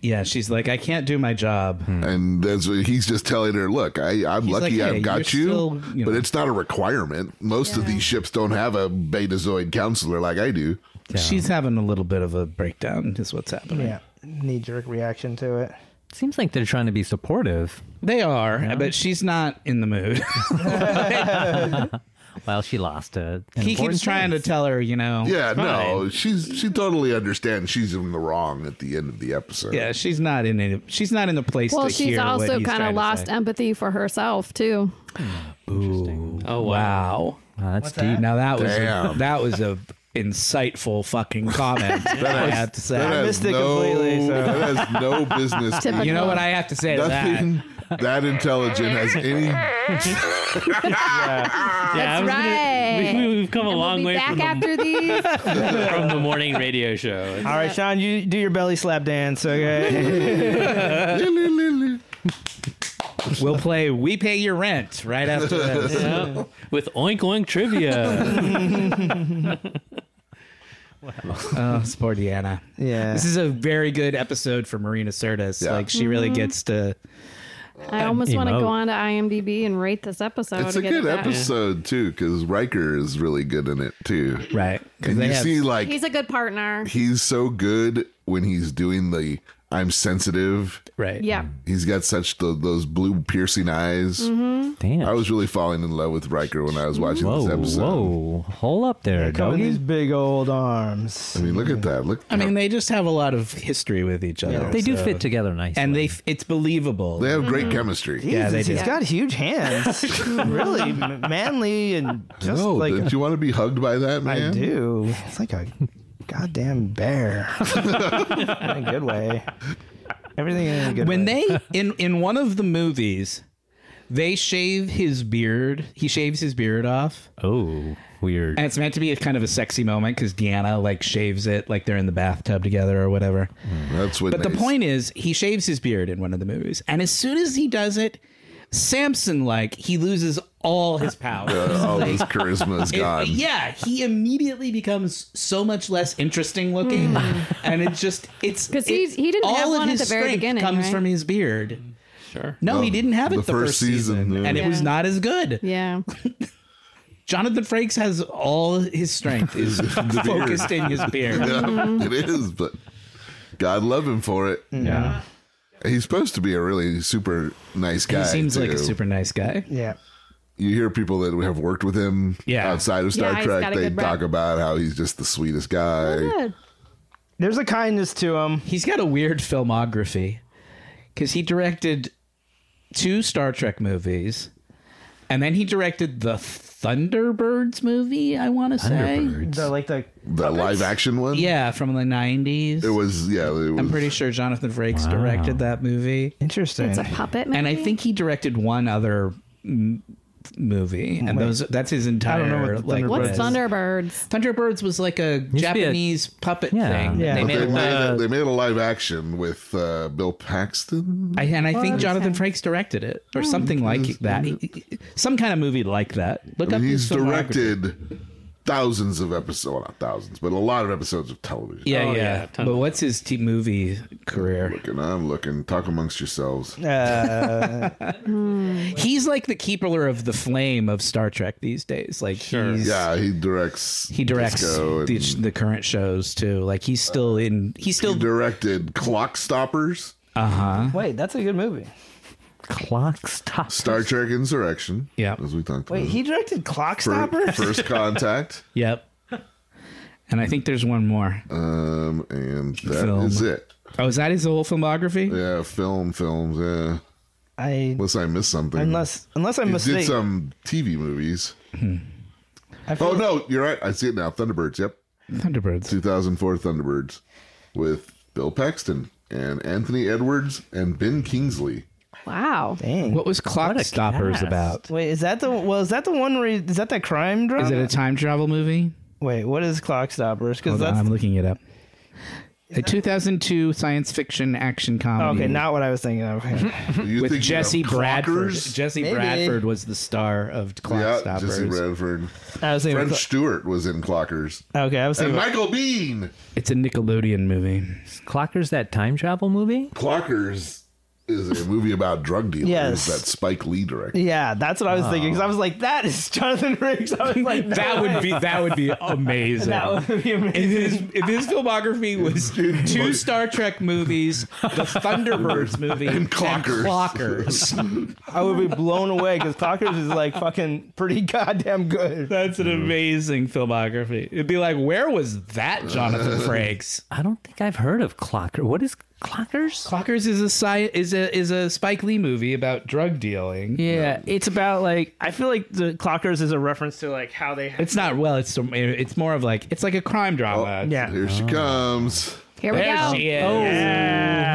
[SPEAKER 2] Yeah, she's like, I can't do my job.
[SPEAKER 5] Hmm.
[SPEAKER 3] And that's what he's just telling her, look, I, I'm lucky
[SPEAKER 2] Hmm. like,
[SPEAKER 3] I've
[SPEAKER 2] "Hey,
[SPEAKER 3] got
[SPEAKER 2] you're
[SPEAKER 3] you,
[SPEAKER 2] still, you
[SPEAKER 3] but
[SPEAKER 2] know."
[SPEAKER 3] it's not a requirement. Most of these ships don't have a betazoid counselor like I do.
[SPEAKER 2] She's having a little bit of a breakdown. Is what's happening.
[SPEAKER 5] Yeah. Knee jerk reaction to it.
[SPEAKER 4] Seems like they're trying to be supportive.
[SPEAKER 2] They are, but she's not in the mood.
[SPEAKER 4] Well, she lost it.
[SPEAKER 2] he keeps trying to tell her, you know.
[SPEAKER 3] Yeah,
[SPEAKER 2] "It's fine."
[SPEAKER 3] no, she's she totally understands she's in the wrong at the end of the episode.
[SPEAKER 2] Yeah, she's not in it. She's not in the place.
[SPEAKER 1] well,
[SPEAKER 2] to
[SPEAKER 1] she's
[SPEAKER 2] hear what
[SPEAKER 1] also
[SPEAKER 2] he's
[SPEAKER 1] kind
[SPEAKER 2] trying
[SPEAKER 1] of
[SPEAKER 2] to
[SPEAKER 1] lost
[SPEAKER 2] say.
[SPEAKER 1] empathy for herself too.
[SPEAKER 6] Oh wow.
[SPEAKER 2] Wow.
[SPEAKER 4] Wow, that's deep.
[SPEAKER 2] Now that was a,
[SPEAKER 3] Damn.
[SPEAKER 2] that was a insightful fucking comment. I have to
[SPEAKER 3] That
[SPEAKER 2] say.
[SPEAKER 3] has
[SPEAKER 5] missed it
[SPEAKER 3] no,
[SPEAKER 5] completely, so-
[SPEAKER 3] That has no business. being-
[SPEAKER 2] You know what I have to say to that?
[SPEAKER 3] Nothing that. intelligent has any.
[SPEAKER 6] Yeah,
[SPEAKER 1] That's
[SPEAKER 6] I was
[SPEAKER 1] right.
[SPEAKER 6] gonna- we, have come a
[SPEAKER 1] And
[SPEAKER 6] long
[SPEAKER 1] we'll be
[SPEAKER 6] way
[SPEAKER 1] back
[SPEAKER 6] from,
[SPEAKER 1] after these.
[SPEAKER 6] the, from the morning radio show.
[SPEAKER 5] All right, Sean, you do your belly slap dance, okay?
[SPEAKER 2] We'll play "We Pay Your Rent" right after this.
[SPEAKER 6] Yeah. With oink oink trivia.
[SPEAKER 2] oh, it's poor Deanna.
[SPEAKER 5] yeah.
[SPEAKER 2] This is a very good episode for Marina Sirtis.
[SPEAKER 3] Yeah.
[SPEAKER 2] Like she
[SPEAKER 1] Mm-hmm.
[SPEAKER 2] really gets to.
[SPEAKER 1] I almost want to
[SPEAKER 4] emote.
[SPEAKER 1] go on to IMDb and rate this episode.
[SPEAKER 3] It's
[SPEAKER 1] to
[SPEAKER 3] a
[SPEAKER 1] get
[SPEAKER 3] good
[SPEAKER 1] that.
[SPEAKER 3] episode too, because Riker is really good in it too.
[SPEAKER 2] Right. 'Cause
[SPEAKER 3] And
[SPEAKER 2] they
[SPEAKER 3] you
[SPEAKER 2] have-
[SPEAKER 3] see, like
[SPEAKER 1] He's a good partner.
[SPEAKER 3] he's so good when he's doing the "I'm sensitive."
[SPEAKER 2] right.
[SPEAKER 1] Yeah.
[SPEAKER 3] He's got such the, those blue piercing eyes.
[SPEAKER 4] Damn.
[SPEAKER 2] Oh,
[SPEAKER 3] I was really falling in love with Riker when I was watching
[SPEAKER 4] whoa,
[SPEAKER 3] this episode.
[SPEAKER 4] whoa. Hold up there,
[SPEAKER 5] Come in
[SPEAKER 4] doggy.
[SPEAKER 5] these big old arms.
[SPEAKER 3] I mean, look at that. Look,
[SPEAKER 2] I mean, they just have a lot of history with each other.
[SPEAKER 4] They do
[SPEAKER 2] so-
[SPEAKER 4] fit together nicely.
[SPEAKER 2] uh, and they it's believable.
[SPEAKER 3] they have great chemistry.
[SPEAKER 2] Yeah, they
[SPEAKER 5] Jesus, he's
[SPEAKER 2] do.
[SPEAKER 5] got huge hands. really m- manly and just
[SPEAKER 3] No,
[SPEAKER 5] like
[SPEAKER 3] don't you want to be hugged by that
[SPEAKER 5] I
[SPEAKER 3] man?
[SPEAKER 5] do. It's like a goddamn bear. In a good way. Everything in a good
[SPEAKER 2] when
[SPEAKER 5] way.
[SPEAKER 2] they in in one of the movies they shave his beard he shaves his beard off
[SPEAKER 4] Oh, weird.
[SPEAKER 2] and it's meant to be a kind of a sexy moment because deanna like shaves it like they're in the bathtub together or whatever
[SPEAKER 3] That's what.
[SPEAKER 2] but the
[SPEAKER 3] nice.
[SPEAKER 2] point is he shaves his beard in one of the movies and as soon as he does it samson like he loses all his powers
[SPEAKER 3] Uh, all his charisma is
[SPEAKER 2] It-
[SPEAKER 3] gone.
[SPEAKER 2] yeah, he immediately becomes so much less interesting looking, and it's just it's
[SPEAKER 1] Hmm. 'Cause
[SPEAKER 2] it-
[SPEAKER 1] he's- he didn't
[SPEAKER 2] all
[SPEAKER 1] have
[SPEAKER 2] of
[SPEAKER 1] one at
[SPEAKER 2] his
[SPEAKER 1] the very
[SPEAKER 2] strength
[SPEAKER 1] beginning,
[SPEAKER 2] Comes
[SPEAKER 1] right?
[SPEAKER 2] from his beard.
[SPEAKER 6] Sure.
[SPEAKER 2] No, he
[SPEAKER 3] No,
[SPEAKER 2] didn't have it the,
[SPEAKER 3] the
[SPEAKER 2] first,
[SPEAKER 3] first
[SPEAKER 2] season,
[SPEAKER 3] season, yeah.
[SPEAKER 2] and it was
[SPEAKER 1] Yeah.
[SPEAKER 2] not as good.
[SPEAKER 1] Yeah.
[SPEAKER 2] Jonathan Frakes has all his strength is
[SPEAKER 3] The beard.
[SPEAKER 2] focused in his beard.
[SPEAKER 3] Yeah, it is, but God love him for it.
[SPEAKER 4] yeah.
[SPEAKER 3] He's supposed to be a really super nice guy.
[SPEAKER 2] He seems like a
[SPEAKER 3] too.
[SPEAKER 2] super nice guy.
[SPEAKER 5] yeah.
[SPEAKER 3] You hear people that have worked with him
[SPEAKER 2] Yeah.
[SPEAKER 3] outside of Star
[SPEAKER 1] Yeah, he's
[SPEAKER 3] Trek.
[SPEAKER 1] got a
[SPEAKER 3] They
[SPEAKER 1] good rep.
[SPEAKER 3] talk about how he's just the sweetest guy.
[SPEAKER 1] Good.
[SPEAKER 5] There's a kindness to him.
[SPEAKER 2] He's got a weird filmography because he directed two Star Trek movies, and then he directed the Thunderbirds movie. I want to say.
[SPEAKER 5] The like the
[SPEAKER 3] The live action one.
[SPEAKER 2] Yeah, from the nineties.
[SPEAKER 3] It was yeah. It was,
[SPEAKER 2] I'm pretty sure Jonathan Frakes directed that movie,
[SPEAKER 5] interesting.
[SPEAKER 1] It's a puppet. Maybe?
[SPEAKER 2] and I think he directed one other m- movie, and those that's his entire.
[SPEAKER 5] know what
[SPEAKER 2] like,
[SPEAKER 5] Thunderbirds
[SPEAKER 1] What's
[SPEAKER 5] Yes.
[SPEAKER 1] Thunderbirds?
[SPEAKER 2] Thunderbirds was like a
[SPEAKER 4] be a-
[SPEAKER 2] Japanese puppet
[SPEAKER 4] Yeah.
[SPEAKER 2] thing.
[SPEAKER 5] Yeah.
[SPEAKER 2] They
[SPEAKER 5] But
[SPEAKER 2] made
[SPEAKER 3] They
[SPEAKER 2] a
[SPEAKER 3] made,
[SPEAKER 2] live-
[SPEAKER 3] a, they made a live action with uh, Bill Paxton.
[SPEAKER 2] I, and I think
[SPEAKER 1] What?
[SPEAKER 2] Jonathan Frakes directed it,
[SPEAKER 1] Oh,
[SPEAKER 2] or something like that. He- he- Some kind of movie like that. Look
[SPEAKER 3] I
[SPEAKER 2] up
[SPEAKER 3] mean,
[SPEAKER 2] his
[SPEAKER 3] he's
[SPEAKER 2] filmography.
[SPEAKER 3] directed thousands of episodes, well, not thousands, but a lot of episodes of television.
[SPEAKER 2] Yeah,
[SPEAKER 6] Oh, yeah,
[SPEAKER 2] yeah.
[SPEAKER 6] a ton
[SPEAKER 2] But
[SPEAKER 6] of-
[SPEAKER 2] what's his t- movie career?
[SPEAKER 3] And I'm looking. Talk amongst yourselves.
[SPEAKER 5] uh,
[SPEAKER 2] He's like the keeper of the flame of Star Trek these days. Like
[SPEAKER 6] Sure.
[SPEAKER 2] he's,
[SPEAKER 3] Yeah, he directs.
[SPEAKER 2] he directs
[SPEAKER 3] Disco and
[SPEAKER 2] the, the current shows too. Like he's still in. He's
[SPEAKER 3] he
[SPEAKER 2] still.
[SPEAKER 3] directed Clock Stoppers,
[SPEAKER 5] wait, that's a good movie.
[SPEAKER 4] Clock stops.
[SPEAKER 3] Star Trek Insurrection.
[SPEAKER 2] Yeah.
[SPEAKER 3] as we talked.
[SPEAKER 5] Wait,
[SPEAKER 3] about.
[SPEAKER 5] he directed Clock
[SPEAKER 3] Fir-
[SPEAKER 5] Stoppers?
[SPEAKER 3] First Contact.
[SPEAKER 2] yep. And I think there's one more.
[SPEAKER 3] Um, and that is
[SPEAKER 2] Film.
[SPEAKER 3] it.
[SPEAKER 2] Oh, is that his whole filmography?
[SPEAKER 3] Yeah, film, films. Yeah,
[SPEAKER 5] I
[SPEAKER 3] unless I missed something.
[SPEAKER 5] unless unless I'm
[SPEAKER 3] he did
[SPEAKER 5] mistaken.
[SPEAKER 3] some TV movies.
[SPEAKER 5] I feel
[SPEAKER 3] Oh no, you're right. I see it now. Thunderbirds. Yep,
[SPEAKER 2] Thunderbirds.
[SPEAKER 3] 2004 Thunderbirds with Bill Paxton and Anthony Edwards and Ben Kingsley.
[SPEAKER 1] Wow.
[SPEAKER 5] dang.
[SPEAKER 2] What was Clock Stoppers about?
[SPEAKER 5] Wait, is that the well? Is that the one where he- is that the crime drama?
[SPEAKER 2] Is it a time travel movie?
[SPEAKER 5] Wait, what Um, is Clock Stoppers? Because
[SPEAKER 2] Hold on,
[SPEAKER 5] that's
[SPEAKER 2] I'm looking it up. A 2002 science fiction action comedy.
[SPEAKER 5] okay, not what I was thinking of.
[SPEAKER 3] You
[SPEAKER 2] with
[SPEAKER 3] thinking of
[SPEAKER 2] Jesse Bradford.
[SPEAKER 3] Clockers?
[SPEAKER 2] Jesse
[SPEAKER 5] Maybe.
[SPEAKER 2] Bradford was the star of Clock
[SPEAKER 3] yeah,
[SPEAKER 2] Stoppers.
[SPEAKER 3] Jesse Bradford.
[SPEAKER 5] I was thinking.
[SPEAKER 3] French Stewart was in Clockers.
[SPEAKER 5] okay, I was
[SPEAKER 3] And
[SPEAKER 5] thinking.
[SPEAKER 3] Michael Bean.
[SPEAKER 2] It's a Nickelodeon movie.
[SPEAKER 4] Clockers that time travel movie?
[SPEAKER 3] Clockers is a movie about drug dealers
[SPEAKER 5] Yes.
[SPEAKER 3] that Spike Lee directed.
[SPEAKER 5] yeah, that's what I was thinking. Because I was like, that is Jonathan Riggs. I was like, no
[SPEAKER 2] That would be that would be amazing.
[SPEAKER 5] that would be amazing.
[SPEAKER 2] if his, if his filmography was two Star Trek movies, the Thunderbirds movie, and
[SPEAKER 3] Clockers.
[SPEAKER 2] Clockers.
[SPEAKER 5] I would be blown away because Clockers is like fucking pretty goddamn good.
[SPEAKER 2] That's an amazing filmography. It'd be like, where was that Jonathan
[SPEAKER 3] Uh.
[SPEAKER 2] Frakes?
[SPEAKER 4] I don't think I've heard of Clocker. What is Clockers?
[SPEAKER 2] Clockers is a sci- is a is a Spike Lee movie about drug dealing.
[SPEAKER 5] Yeah, it's about like I feel like the Clockers is a reference to like how they.
[SPEAKER 2] It's not well. It's it's more of like it's like a crime
[SPEAKER 3] Oh,
[SPEAKER 2] drama.
[SPEAKER 5] yeah.
[SPEAKER 3] Here she comes.
[SPEAKER 1] Here we
[SPEAKER 2] There
[SPEAKER 1] go.
[SPEAKER 2] she is. Oh,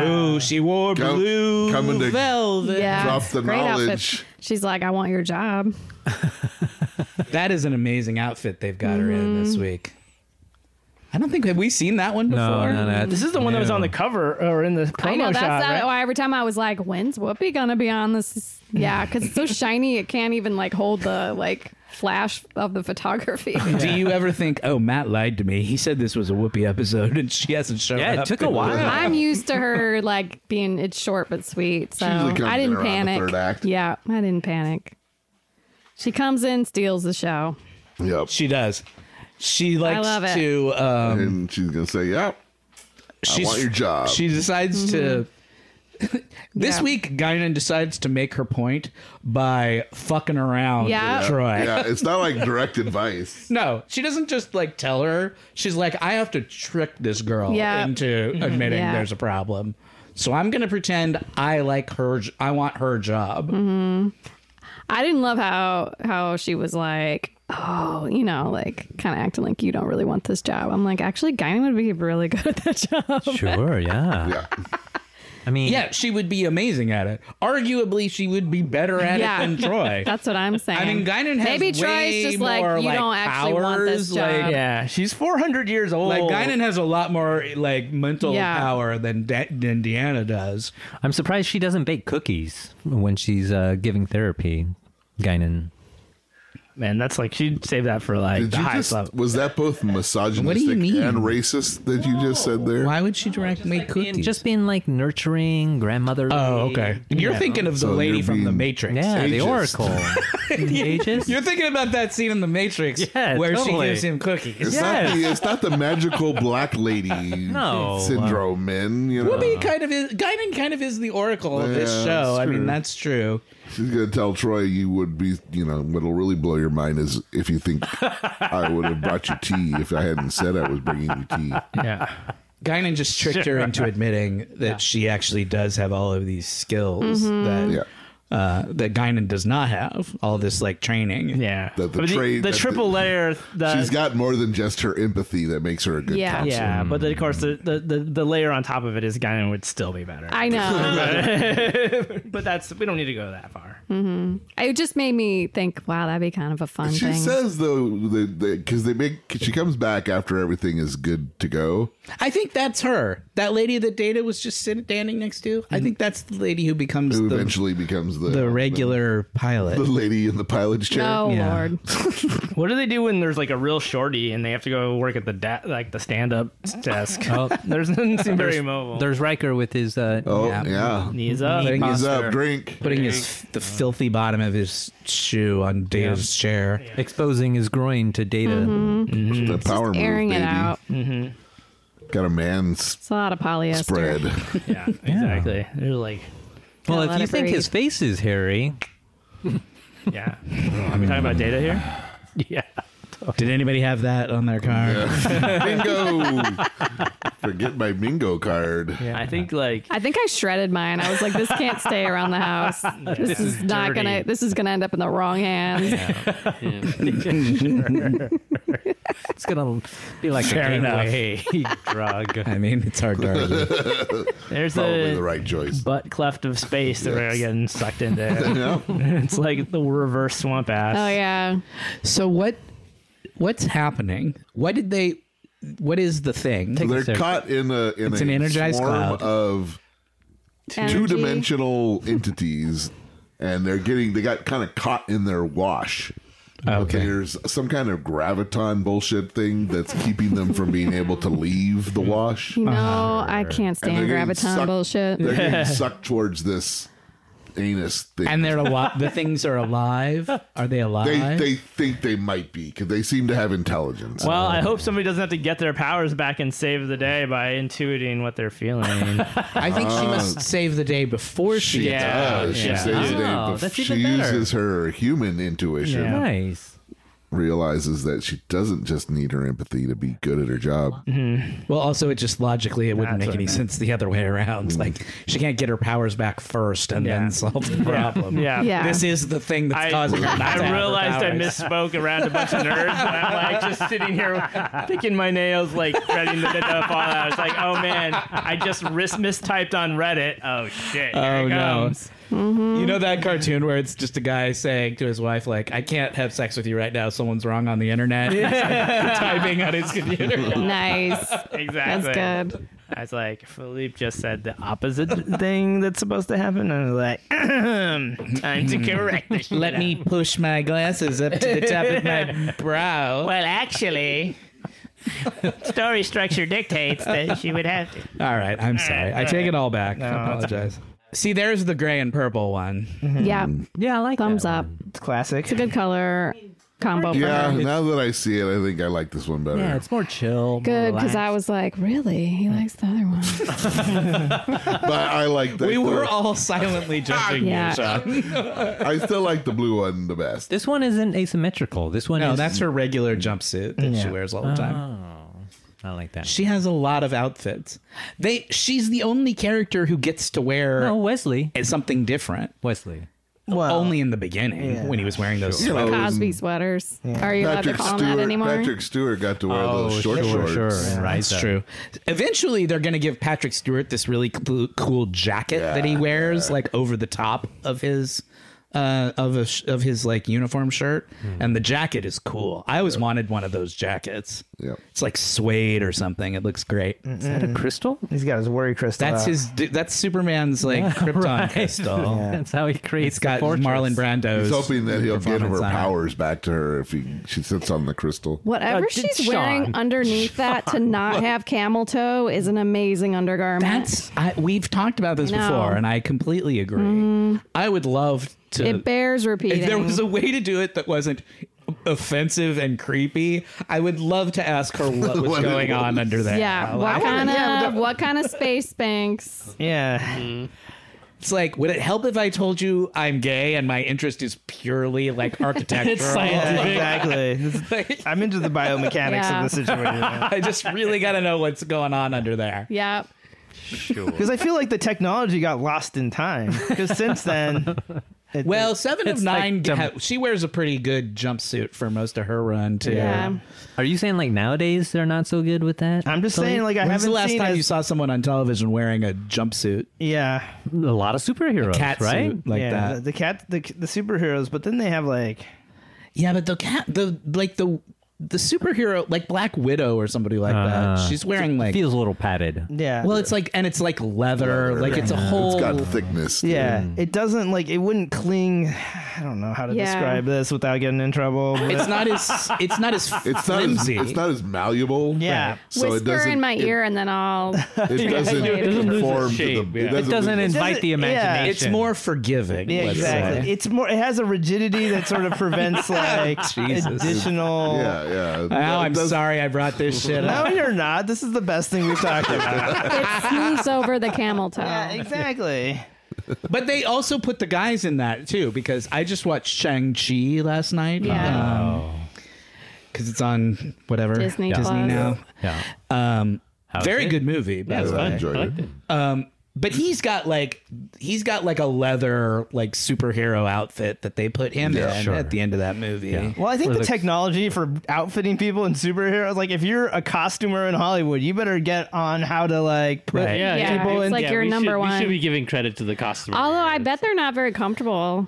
[SPEAKER 2] Ooh, she wore
[SPEAKER 3] Come-
[SPEAKER 2] blue
[SPEAKER 3] coming to-
[SPEAKER 2] velvet.
[SPEAKER 1] Yeah.
[SPEAKER 3] Drop the
[SPEAKER 1] Great outfit.
[SPEAKER 3] knowledge.
[SPEAKER 1] She's like, I want your job.
[SPEAKER 2] That is an amazing outfit they've got her in this week. I don't think have we seen that one before.
[SPEAKER 5] This is the one that was on the cover or in the promo
[SPEAKER 1] I know that's
[SPEAKER 5] shot,
[SPEAKER 1] not,
[SPEAKER 5] right?
[SPEAKER 1] why every time I was like, when's Whoopi gonna be on this? Yeah, because it's so shiny, it can't even like hold the like flash of the photography.
[SPEAKER 2] Do you ever think, oh, Matt lied to me? He said this was a whoopee episode, and she hasn't shown
[SPEAKER 4] Yeah,
[SPEAKER 2] up.
[SPEAKER 4] it took a while.
[SPEAKER 1] I'm used to her like being it's short but sweet, so
[SPEAKER 3] usually comes
[SPEAKER 1] I didn't
[SPEAKER 3] in around the
[SPEAKER 1] panic.
[SPEAKER 3] third act.
[SPEAKER 1] Yeah, I didn't panic. She comes in, steals the show.
[SPEAKER 3] Yep.
[SPEAKER 2] She does. She likes
[SPEAKER 1] love it.
[SPEAKER 2] to. Um,
[SPEAKER 3] and she's gonna say, "Yep,
[SPEAKER 2] she's,
[SPEAKER 3] want your job.
[SPEAKER 2] She decides to. this
[SPEAKER 1] Mm-hmm. Yeah.
[SPEAKER 2] week, Guinan decides to make her point by fucking around
[SPEAKER 1] Yeah.
[SPEAKER 2] with Troy.
[SPEAKER 3] yeah." It's not like direct advice.
[SPEAKER 2] No, she doesn't just like tell her. She's like, I have to trick this girl
[SPEAKER 1] Yeah. Mm-hmm.
[SPEAKER 2] into admitting
[SPEAKER 1] Yeah.
[SPEAKER 2] there's a problem. So I'm gonna pretend I like her. j- I want her job.
[SPEAKER 1] I didn't love how how she was like, oh, you know, like kind of acting like you don't really want this job. I'm like, actually, Guinan would be really good at that job.
[SPEAKER 4] Sure, yeah.
[SPEAKER 3] Yeah,
[SPEAKER 4] I mean,
[SPEAKER 2] Yeah, she would be amazing at it. Arguably, she would be better at
[SPEAKER 1] Yeah.
[SPEAKER 2] it than Troy.
[SPEAKER 1] That's what I'm saying.
[SPEAKER 2] I mean, Guinan has
[SPEAKER 1] maybe Troy's
[SPEAKER 2] way
[SPEAKER 1] just
[SPEAKER 2] more,
[SPEAKER 1] like you
[SPEAKER 2] like,
[SPEAKER 1] don't actually want this
[SPEAKER 2] powers, like-
[SPEAKER 1] job.
[SPEAKER 5] Yeah, she's 400 years old.
[SPEAKER 2] like
[SPEAKER 3] Oh.
[SPEAKER 2] Guinan has a lot more like mental
[SPEAKER 1] Yeah.
[SPEAKER 2] power than De- than Deanna does.
[SPEAKER 4] I'm surprised she doesn't bake cookies when she's uh, giving therapy. Guinan.
[SPEAKER 5] Man, that's like she'd save that for like
[SPEAKER 3] Did
[SPEAKER 5] the
[SPEAKER 3] you
[SPEAKER 5] highest
[SPEAKER 3] just,
[SPEAKER 5] level.
[SPEAKER 3] was that both misogynistic
[SPEAKER 2] mean?
[SPEAKER 3] and racist that you just said there?
[SPEAKER 2] Why would she direct make cookies?
[SPEAKER 4] Being, Oh, just being like nurturing, grandmotherly.
[SPEAKER 2] oh, okay. You're thinking of the
[SPEAKER 3] So
[SPEAKER 2] lady
[SPEAKER 3] you're
[SPEAKER 2] from The
[SPEAKER 3] being-
[SPEAKER 2] Matrix.
[SPEAKER 4] Yeah, the
[SPEAKER 3] Ageist.
[SPEAKER 4] Oracle. Aegis?
[SPEAKER 2] You're thinking about that scene in The Matrix
[SPEAKER 4] Yeah,
[SPEAKER 2] where
[SPEAKER 4] totally.
[SPEAKER 2] she gives him cookies.
[SPEAKER 3] It's not the it's not the magical black lady
[SPEAKER 4] No.
[SPEAKER 3] syndrome, man. You know,
[SPEAKER 2] Whoopi kind of is Guinan kind of is the oracle of this
[SPEAKER 3] uh, Yeah,
[SPEAKER 2] show.
[SPEAKER 3] that's
[SPEAKER 2] I mean,
[SPEAKER 3] true.
[SPEAKER 2] that's true.
[SPEAKER 3] she's gonna tell Troy you would be. You know, what'll really blow your mind is if you think I would have brought you tea if I hadn't said I was bringing you tea.
[SPEAKER 5] Yeah.
[SPEAKER 2] Guinan just tricked her into admitting that she actually does have all of these skills
[SPEAKER 4] Mm-hmm.
[SPEAKER 2] that
[SPEAKER 3] Yeah.
[SPEAKER 2] uh, that Guinan does not have. All this like training.
[SPEAKER 5] Yeah.
[SPEAKER 3] That the
[SPEAKER 5] But
[SPEAKER 3] trade-
[SPEAKER 5] the
[SPEAKER 3] that
[SPEAKER 5] triple
[SPEAKER 3] the-
[SPEAKER 5] layer. The,
[SPEAKER 3] She's got more than just her empathy that makes her a good
[SPEAKER 1] Yeah.
[SPEAKER 3] counselor.
[SPEAKER 5] Yeah, but then, of course, the, the, the, the layer on top of it is Guinan would still be better.
[SPEAKER 1] I know.
[SPEAKER 5] but that's we don't need to go that far.
[SPEAKER 1] it just made me think. Wow, that'd be kind of a fun
[SPEAKER 3] She
[SPEAKER 1] thing.
[SPEAKER 3] says though, because they make she comes back after everything is good to go.
[SPEAKER 2] I think that's her. That lady that Data was just sitting standing next to. I think that's the lady who becomes
[SPEAKER 3] Who
[SPEAKER 2] the,
[SPEAKER 3] eventually becomes the
[SPEAKER 2] the regular pilot.
[SPEAKER 3] the lady in the pilot's chair.
[SPEAKER 1] oh
[SPEAKER 2] Yeah.
[SPEAKER 1] lord.
[SPEAKER 5] What do they do when there's like a real shorty and they have to go work at the da- like the stand up desk?
[SPEAKER 4] Oh.
[SPEAKER 5] There's nothing seem very mobile.
[SPEAKER 4] There's Riker with his. Uh,
[SPEAKER 3] Oh
[SPEAKER 4] nap.
[SPEAKER 3] yeah,
[SPEAKER 5] Knees up.
[SPEAKER 2] Knee
[SPEAKER 3] he's
[SPEAKER 2] posture.
[SPEAKER 3] up. Drink.
[SPEAKER 2] Putting his the filthy bottom of his shoe on Data's chair.
[SPEAKER 4] Exposing his groin to data.
[SPEAKER 1] Mm-hmm.
[SPEAKER 3] the power move,
[SPEAKER 1] airing it
[SPEAKER 3] baby.
[SPEAKER 1] out.
[SPEAKER 3] Got a man's
[SPEAKER 1] It's a lot of polyester.
[SPEAKER 3] spread.
[SPEAKER 5] Yeah, exactly. They're like,
[SPEAKER 4] Well,
[SPEAKER 1] Gotta
[SPEAKER 4] if
[SPEAKER 1] let
[SPEAKER 4] you
[SPEAKER 1] it
[SPEAKER 4] think
[SPEAKER 1] breathe.
[SPEAKER 4] his face is hairy,
[SPEAKER 5] yeah. Are we talking about data here? Yeah.
[SPEAKER 2] Did anybody have that on their car?
[SPEAKER 3] Bingo. Forget my bingo card.
[SPEAKER 5] I think like
[SPEAKER 1] I think I shredded mine. I was like, this can't stay around the house. This is not
[SPEAKER 5] dirty.
[SPEAKER 1] gonna. This is gonna end up in the wrong hands.
[SPEAKER 4] it's gonna be like
[SPEAKER 2] Fair
[SPEAKER 4] a
[SPEAKER 2] enough.
[SPEAKER 4] gateway drug.
[SPEAKER 2] I mean, it's hard to argue.
[SPEAKER 5] there's
[SPEAKER 3] Probably
[SPEAKER 5] a
[SPEAKER 3] the right choice.
[SPEAKER 5] butt cleft of space that we're
[SPEAKER 3] Yes.
[SPEAKER 5] getting sucked into.
[SPEAKER 3] Yeah.
[SPEAKER 5] it's like the reverse swamp ass.
[SPEAKER 1] Oh yeah.
[SPEAKER 2] so what? What's happening? What did they? What is the thing?
[SPEAKER 3] So they're
[SPEAKER 4] Sir.
[SPEAKER 3] caught in a in
[SPEAKER 2] It's
[SPEAKER 3] a
[SPEAKER 2] an energized
[SPEAKER 3] swarm
[SPEAKER 2] cloud.
[SPEAKER 3] of
[SPEAKER 1] Energy.
[SPEAKER 3] two dimensional entities, and they're getting they got kind of caught in their wash.
[SPEAKER 2] Oh, Okay.
[SPEAKER 3] There's some kind of graviton bullshit thing that's keeping them from being able to leave the wash.
[SPEAKER 1] No, I can't
[SPEAKER 3] And they're
[SPEAKER 1] stand
[SPEAKER 3] getting
[SPEAKER 1] graviton
[SPEAKER 3] sucked-
[SPEAKER 1] bullshit.
[SPEAKER 3] They're getting sucked towards this anus thing.
[SPEAKER 2] And they're alive. the things are alive. Are they
[SPEAKER 3] they
[SPEAKER 2] alive?
[SPEAKER 3] they think they might be because they seem to have intelligence.
[SPEAKER 5] Well, I hope somebody doesn't have to get their powers back and save the day by intuiting what they're feeling.
[SPEAKER 2] I think she must save the day before she.
[SPEAKER 3] she
[SPEAKER 2] gets
[SPEAKER 5] Yeah,
[SPEAKER 3] does. She
[SPEAKER 5] yeah.
[SPEAKER 3] saves the day
[SPEAKER 4] Oh,
[SPEAKER 3] bef-
[SPEAKER 4] that's
[SPEAKER 3] she
[SPEAKER 4] even better.
[SPEAKER 3] uses her human intuition,
[SPEAKER 5] Yeah.
[SPEAKER 4] Nice.
[SPEAKER 3] realizes that she doesn't just need her empathy to be good at her job.
[SPEAKER 2] Well, also, it just logically it wouldn't make
[SPEAKER 5] That's what I
[SPEAKER 2] any
[SPEAKER 5] meant.
[SPEAKER 2] sense the other way around. Like she can't get her powers back first and
[SPEAKER 5] Yeah.
[SPEAKER 2] then solve the problem.
[SPEAKER 5] yeah.
[SPEAKER 1] Yeah.
[SPEAKER 2] This is the thing that's
[SPEAKER 5] I,
[SPEAKER 2] causing her. not to
[SPEAKER 5] I
[SPEAKER 2] have her
[SPEAKER 5] realized I
[SPEAKER 2] powers.
[SPEAKER 5] misspoke around a bunch of nerds, and I'm like just sitting here picking my nails, like dreading the bit of fall out. It's like, oh man, I just ris- mistyped on Reddit. Oh shit, here
[SPEAKER 2] Oh,
[SPEAKER 5] it
[SPEAKER 2] no.
[SPEAKER 5] comes.
[SPEAKER 2] You know that cartoon where it's just a guy saying to his wife, like, I can't have sex with you right now. Someone's wrong on the internet. He's, like, typing on his computer.
[SPEAKER 1] nice. That's
[SPEAKER 5] Exactly.
[SPEAKER 1] good.
[SPEAKER 5] I was like, Philippe just said the opposite thing that's supposed to happen, and I was like, time to correct this. shit.
[SPEAKER 2] Let me push my glasses up to the top of my brow.
[SPEAKER 5] Well, actually, story structure dictates that she would have to.
[SPEAKER 2] All right, I'm sorry. I take it all back. I apologize. See, there's the gray and purple one.
[SPEAKER 3] Hmm.
[SPEAKER 1] Yeah.
[SPEAKER 4] Yeah, I like
[SPEAKER 1] Thumbs
[SPEAKER 4] that
[SPEAKER 1] up.
[SPEAKER 4] one.
[SPEAKER 5] It's classic.
[SPEAKER 1] It's a good color combo for
[SPEAKER 3] Yeah,
[SPEAKER 1] her.
[SPEAKER 3] now that I see it, I think I like this one better.
[SPEAKER 4] Yeah, it's more chill.
[SPEAKER 1] Good, because I was like, really? He likes the other one.
[SPEAKER 3] But I like the,
[SPEAKER 2] We were all silently judging
[SPEAKER 1] Yeah.
[SPEAKER 2] you, Sean.
[SPEAKER 3] I still like the blue one the best.
[SPEAKER 4] This one isn't asymmetrical. This one
[SPEAKER 2] No,
[SPEAKER 4] is.
[SPEAKER 2] that's her regular jumpsuit that she wears all the time.
[SPEAKER 4] Ah. I like that.
[SPEAKER 2] She has a lot of outfits. They she's the only character who gets to wear
[SPEAKER 4] no, Oh, Wesley.
[SPEAKER 2] something different.
[SPEAKER 4] Wesley.
[SPEAKER 5] Well-
[SPEAKER 2] only in the beginning
[SPEAKER 5] Yeah.
[SPEAKER 2] when he was wearing those.
[SPEAKER 3] You know,
[SPEAKER 1] Cosby sweaters. Are you allowed to
[SPEAKER 3] Um, Patrick
[SPEAKER 1] call
[SPEAKER 3] Stewart.
[SPEAKER 1] them that anymore?
[SPEAKER 3] Patrick Stewart got to wear those short
[SPEAKER 4] sure,
[SPEAKER 3] shorts.
[SPEAKER 4] sure. right,
[SPEAKER 2] That's
[SPEAKER 4] though.
[SPEAKER 2] true. Eventually, they're going to give Patrick Stewart this really cl- cool jacket that he wears, like over the top of his uh, of a sh- of his like uniform shirt,
[SPEAKER 3] Hmm.
[SPEAKER 2] and the jacket is cool. I always wanted one of those jackets.
[SPEAKER 3] Yep.
[SPEAKER 2] It's like suede or something. It looks great.
[SPEAKER 4] Is that a crystal?
[SPEAKER 5] He's got his worry crystal.
[SPEAKER 2] That's
[SPEAKER 5] out.
[SPEAKER 2] his. That's Superman's like Krypton crystal.
[SPEAKER 4] That's how he creates.
[SPEAKER 2] It's got
[SPEAKER 4] the fortress.
[SPEAKER 2] Marlon Brando's.
[SPEAKER 3] He's hoping that he'll give her
[SPEAKER 2] performance on it.
[SPEAKER 3] powers back to her if he, she sits on the crystal.
[SPEAKER 1] Whatever
[SPEAKER 4] Uh, d-
[SPEAKER 1] she's wearing
[SPEAKER 4] Sean.
[SPEAKER 1] underneath that to not have camel toe is an amazing undergarment.
[SPEAKER 2] That's I, we've talked about this
[SPEAKER 1] No.
[SPEAKER 2] before, and I completely agree. I would love to.
[SPEAKER 1] Mm-hmm. it bears repeating.
[SPEAKER 2] If there was a way to do it that wasn't offensive and creepy, I would love to ask her what was
[SPEAKER 3] What it
[SPEAKER 2] going on
[SPEAKER 3] was.
[SPEAKER 2] under there.
[SPEAKER 1] yeah,
[SPEAKER 2] Like,
[SPEAKER 1] what kind of what kind of space banks?
[SPEAKER 5] yeah.
[SPEAKER 1] Mm-hmm.
[SPEAKER 2] it's like, would it help if I told you I'm gay and my interest is purely like architectural?
[SPEAKER 5] Yeah,
[SPEAKER 6] scientific.
[SPEAKER 5] exactly.
[SPEAKER 2] Like,
[SPEAKER 5] I'm into the biomechanics
[SPEAKER 1] Yeah.
[SPEAKER 5] of the situation
[SPEAKER 2] I just really got to know what's going on under there.
[SPEAKER 1] Yeah,
[SPEAKER 5] because I feel like the technology got lost in time. Because since then, it,
[SPEAKER 2] Well, seven
[SPEAKER 4] It's
[SPEAKER 2] of
[SPEAKER 4] like
[SPEAKER 2] nine.
[SPEAKER 4] dumb-
[SPEAKER 2] ha- she wears a pretty good jumpsuit for most of her run too.
[SPEAKER 1] yeah.
[SPEAKER 4] Are you saying like nowadays they're not so good with that?
[SPEAKER 5] I'm just saying, like I
[SPEAKER 2] When's
[SPEAKER 5] haven't
[SPEAKER 2] the last
[SPEAKER 5] seen
[SPEAKER 2] time
[SPEAKER 5] as-
[SPEAKER 2] you saw someone on television wearing a jumpsuit?
[SPEAKER 5] yeah,
[SPEAKER 4] a lot of superheroes,
[SPEAKER 2] Cat
[SPEAKER 4] right?
[SPEAKER 2] suit like
[SPEAKER 5] yeah,
[SPEAKER 2] that.
[SPEAKER 5] The, the cat, the the superheroes, but then they have like
[SPEAKER 2] Yeah, but the cat, the like the the superhero, like Black Widow or somebody like that.
[SPEAKER 4] Uh,
[SPEAKER 2] She's wearing like.
[SPEAKER 4] Feels a little padded.
[SPEAKER 5] yeah,
[SPEAKER 2] well, it's like, and it's like leather.
[SPEAKER 3] Leather,
[SPEAKER 2] like
[SPEAKER 3] yeah.
[SPEAKER 2] it's a whole.
[SPEAKER 3] It's got thickness. to it.
[SPEAKER 5] yeah, it doesn't like it wouldn't cling. I don't know how to
[SPEAKER 1] Yeah.
[SPEAKER 5] describe this without getting in trouble. but-
[SPEAKER 2] it's not as. It's not as.
[SPEAKER 3] It's not, as,
[SPEAKER 2] flimsy.
[SPEAKER 3] it's not as malleable.
[SPEAKER 5] Yeah. Right.
[SPEAKER 3] So it
[SPEAKER 1] Whisper
[SPEAKER 3] doesn't,
[SPEAKER 1] in my
[SPEAKER 3] it-
[SPEAKER 1] ear, and then I'll.
[SPEAKER 3] It, doesn't,
[SPEAKER 1] It
[SPEAKER 6] doesn't lose
[SPEAKER 3] conform
[SPEAKER 6] its
[SPEAKER 3] to
[SPEAKER 6] shape,
[SPEAKER 3] the.
[SPEAKER 6] yeah.
[SPEAKER 4] It doesn't invite the
[SPEAKER 5] yeah.
[SPEAKER 2] It's
[SPEAKER 4] imagination.
[SPEAKER 2] more forgiving.
[SPEAKER 5] yeah,
[SPEAKER 2] let's
[SPEAKER 5] exactly.
[SPEAKER 2] say.
[SPEAKER 5] It's more. It has a rigidity that sort of prevents like
[SPEAKER 2] Jesus.
[SPEAKER 5] additional.
[SPEAKER 3] Yeah, yeah.
[SPEAKER 2] Oh, I'm sorry I brought this shit up.
[SPEAKER 5] No, you're not. This is the best thing we've talked about.
[SPEAKER 1] It sneaks over the camel toe.
[SPEAKER 5] yeah, exactly.
[SPEAKER 2] But they also put the guys in that too because I just watched Shang Chi last night.
[SPEAKER 1] Yeah.
[SPEAKER 2] Oh. Because it's on whatever
[SPEAKER 1] Disney Plus.
[SPEAKER 2] Disney now.
[SPEAKER 4] Yeah.
[SPEAKER 2] Um,
[SPEAKER 4] How's
[SPEAKER 2] very
[SPEAKER 4] it?
[SPEAKER 2] good movie. By the way.
[SPEAKER 3] I enjoyed
[SPEAKER 6] I
[SPEAKER 3] it.
[SPEAKER 6] liked it.
[SPEAKER 2] but he's got like he's got like a leather like superhero outfit that they put him in
[SPEAKER 4] sure.
[SPEAKER 2] at the end of that movie.
[SPEAKER 5] Well, I think
[SPEAKER 4] Or
[SPEAKER 5] the
[SPEAKER 4] the-
[SPEAKER 5] technology for outfitting people in superheroes, like if you're a costumer in Hollywood, you better get on how to like put
[SPEAKER 4] Right.
[SPEAKER 6] Yeah,
[SPEAKER 1] Yeah,
[SPEAKER 5] people
[SPEAKER 1] it's
[SPEAKER 5] in.
[SPEAKER 1] like your
[SPEAKER 6] we
[SPEAKER 1] number
[SPEAKER 6] should, We
[SPEAKER 1] one.
[SPEAKER 6] should be giving credit to the customer.
[SPEAKER 1] Although
[SPEAKER 6] here.
[SPEAKER 1] I bet they're not very comfortable.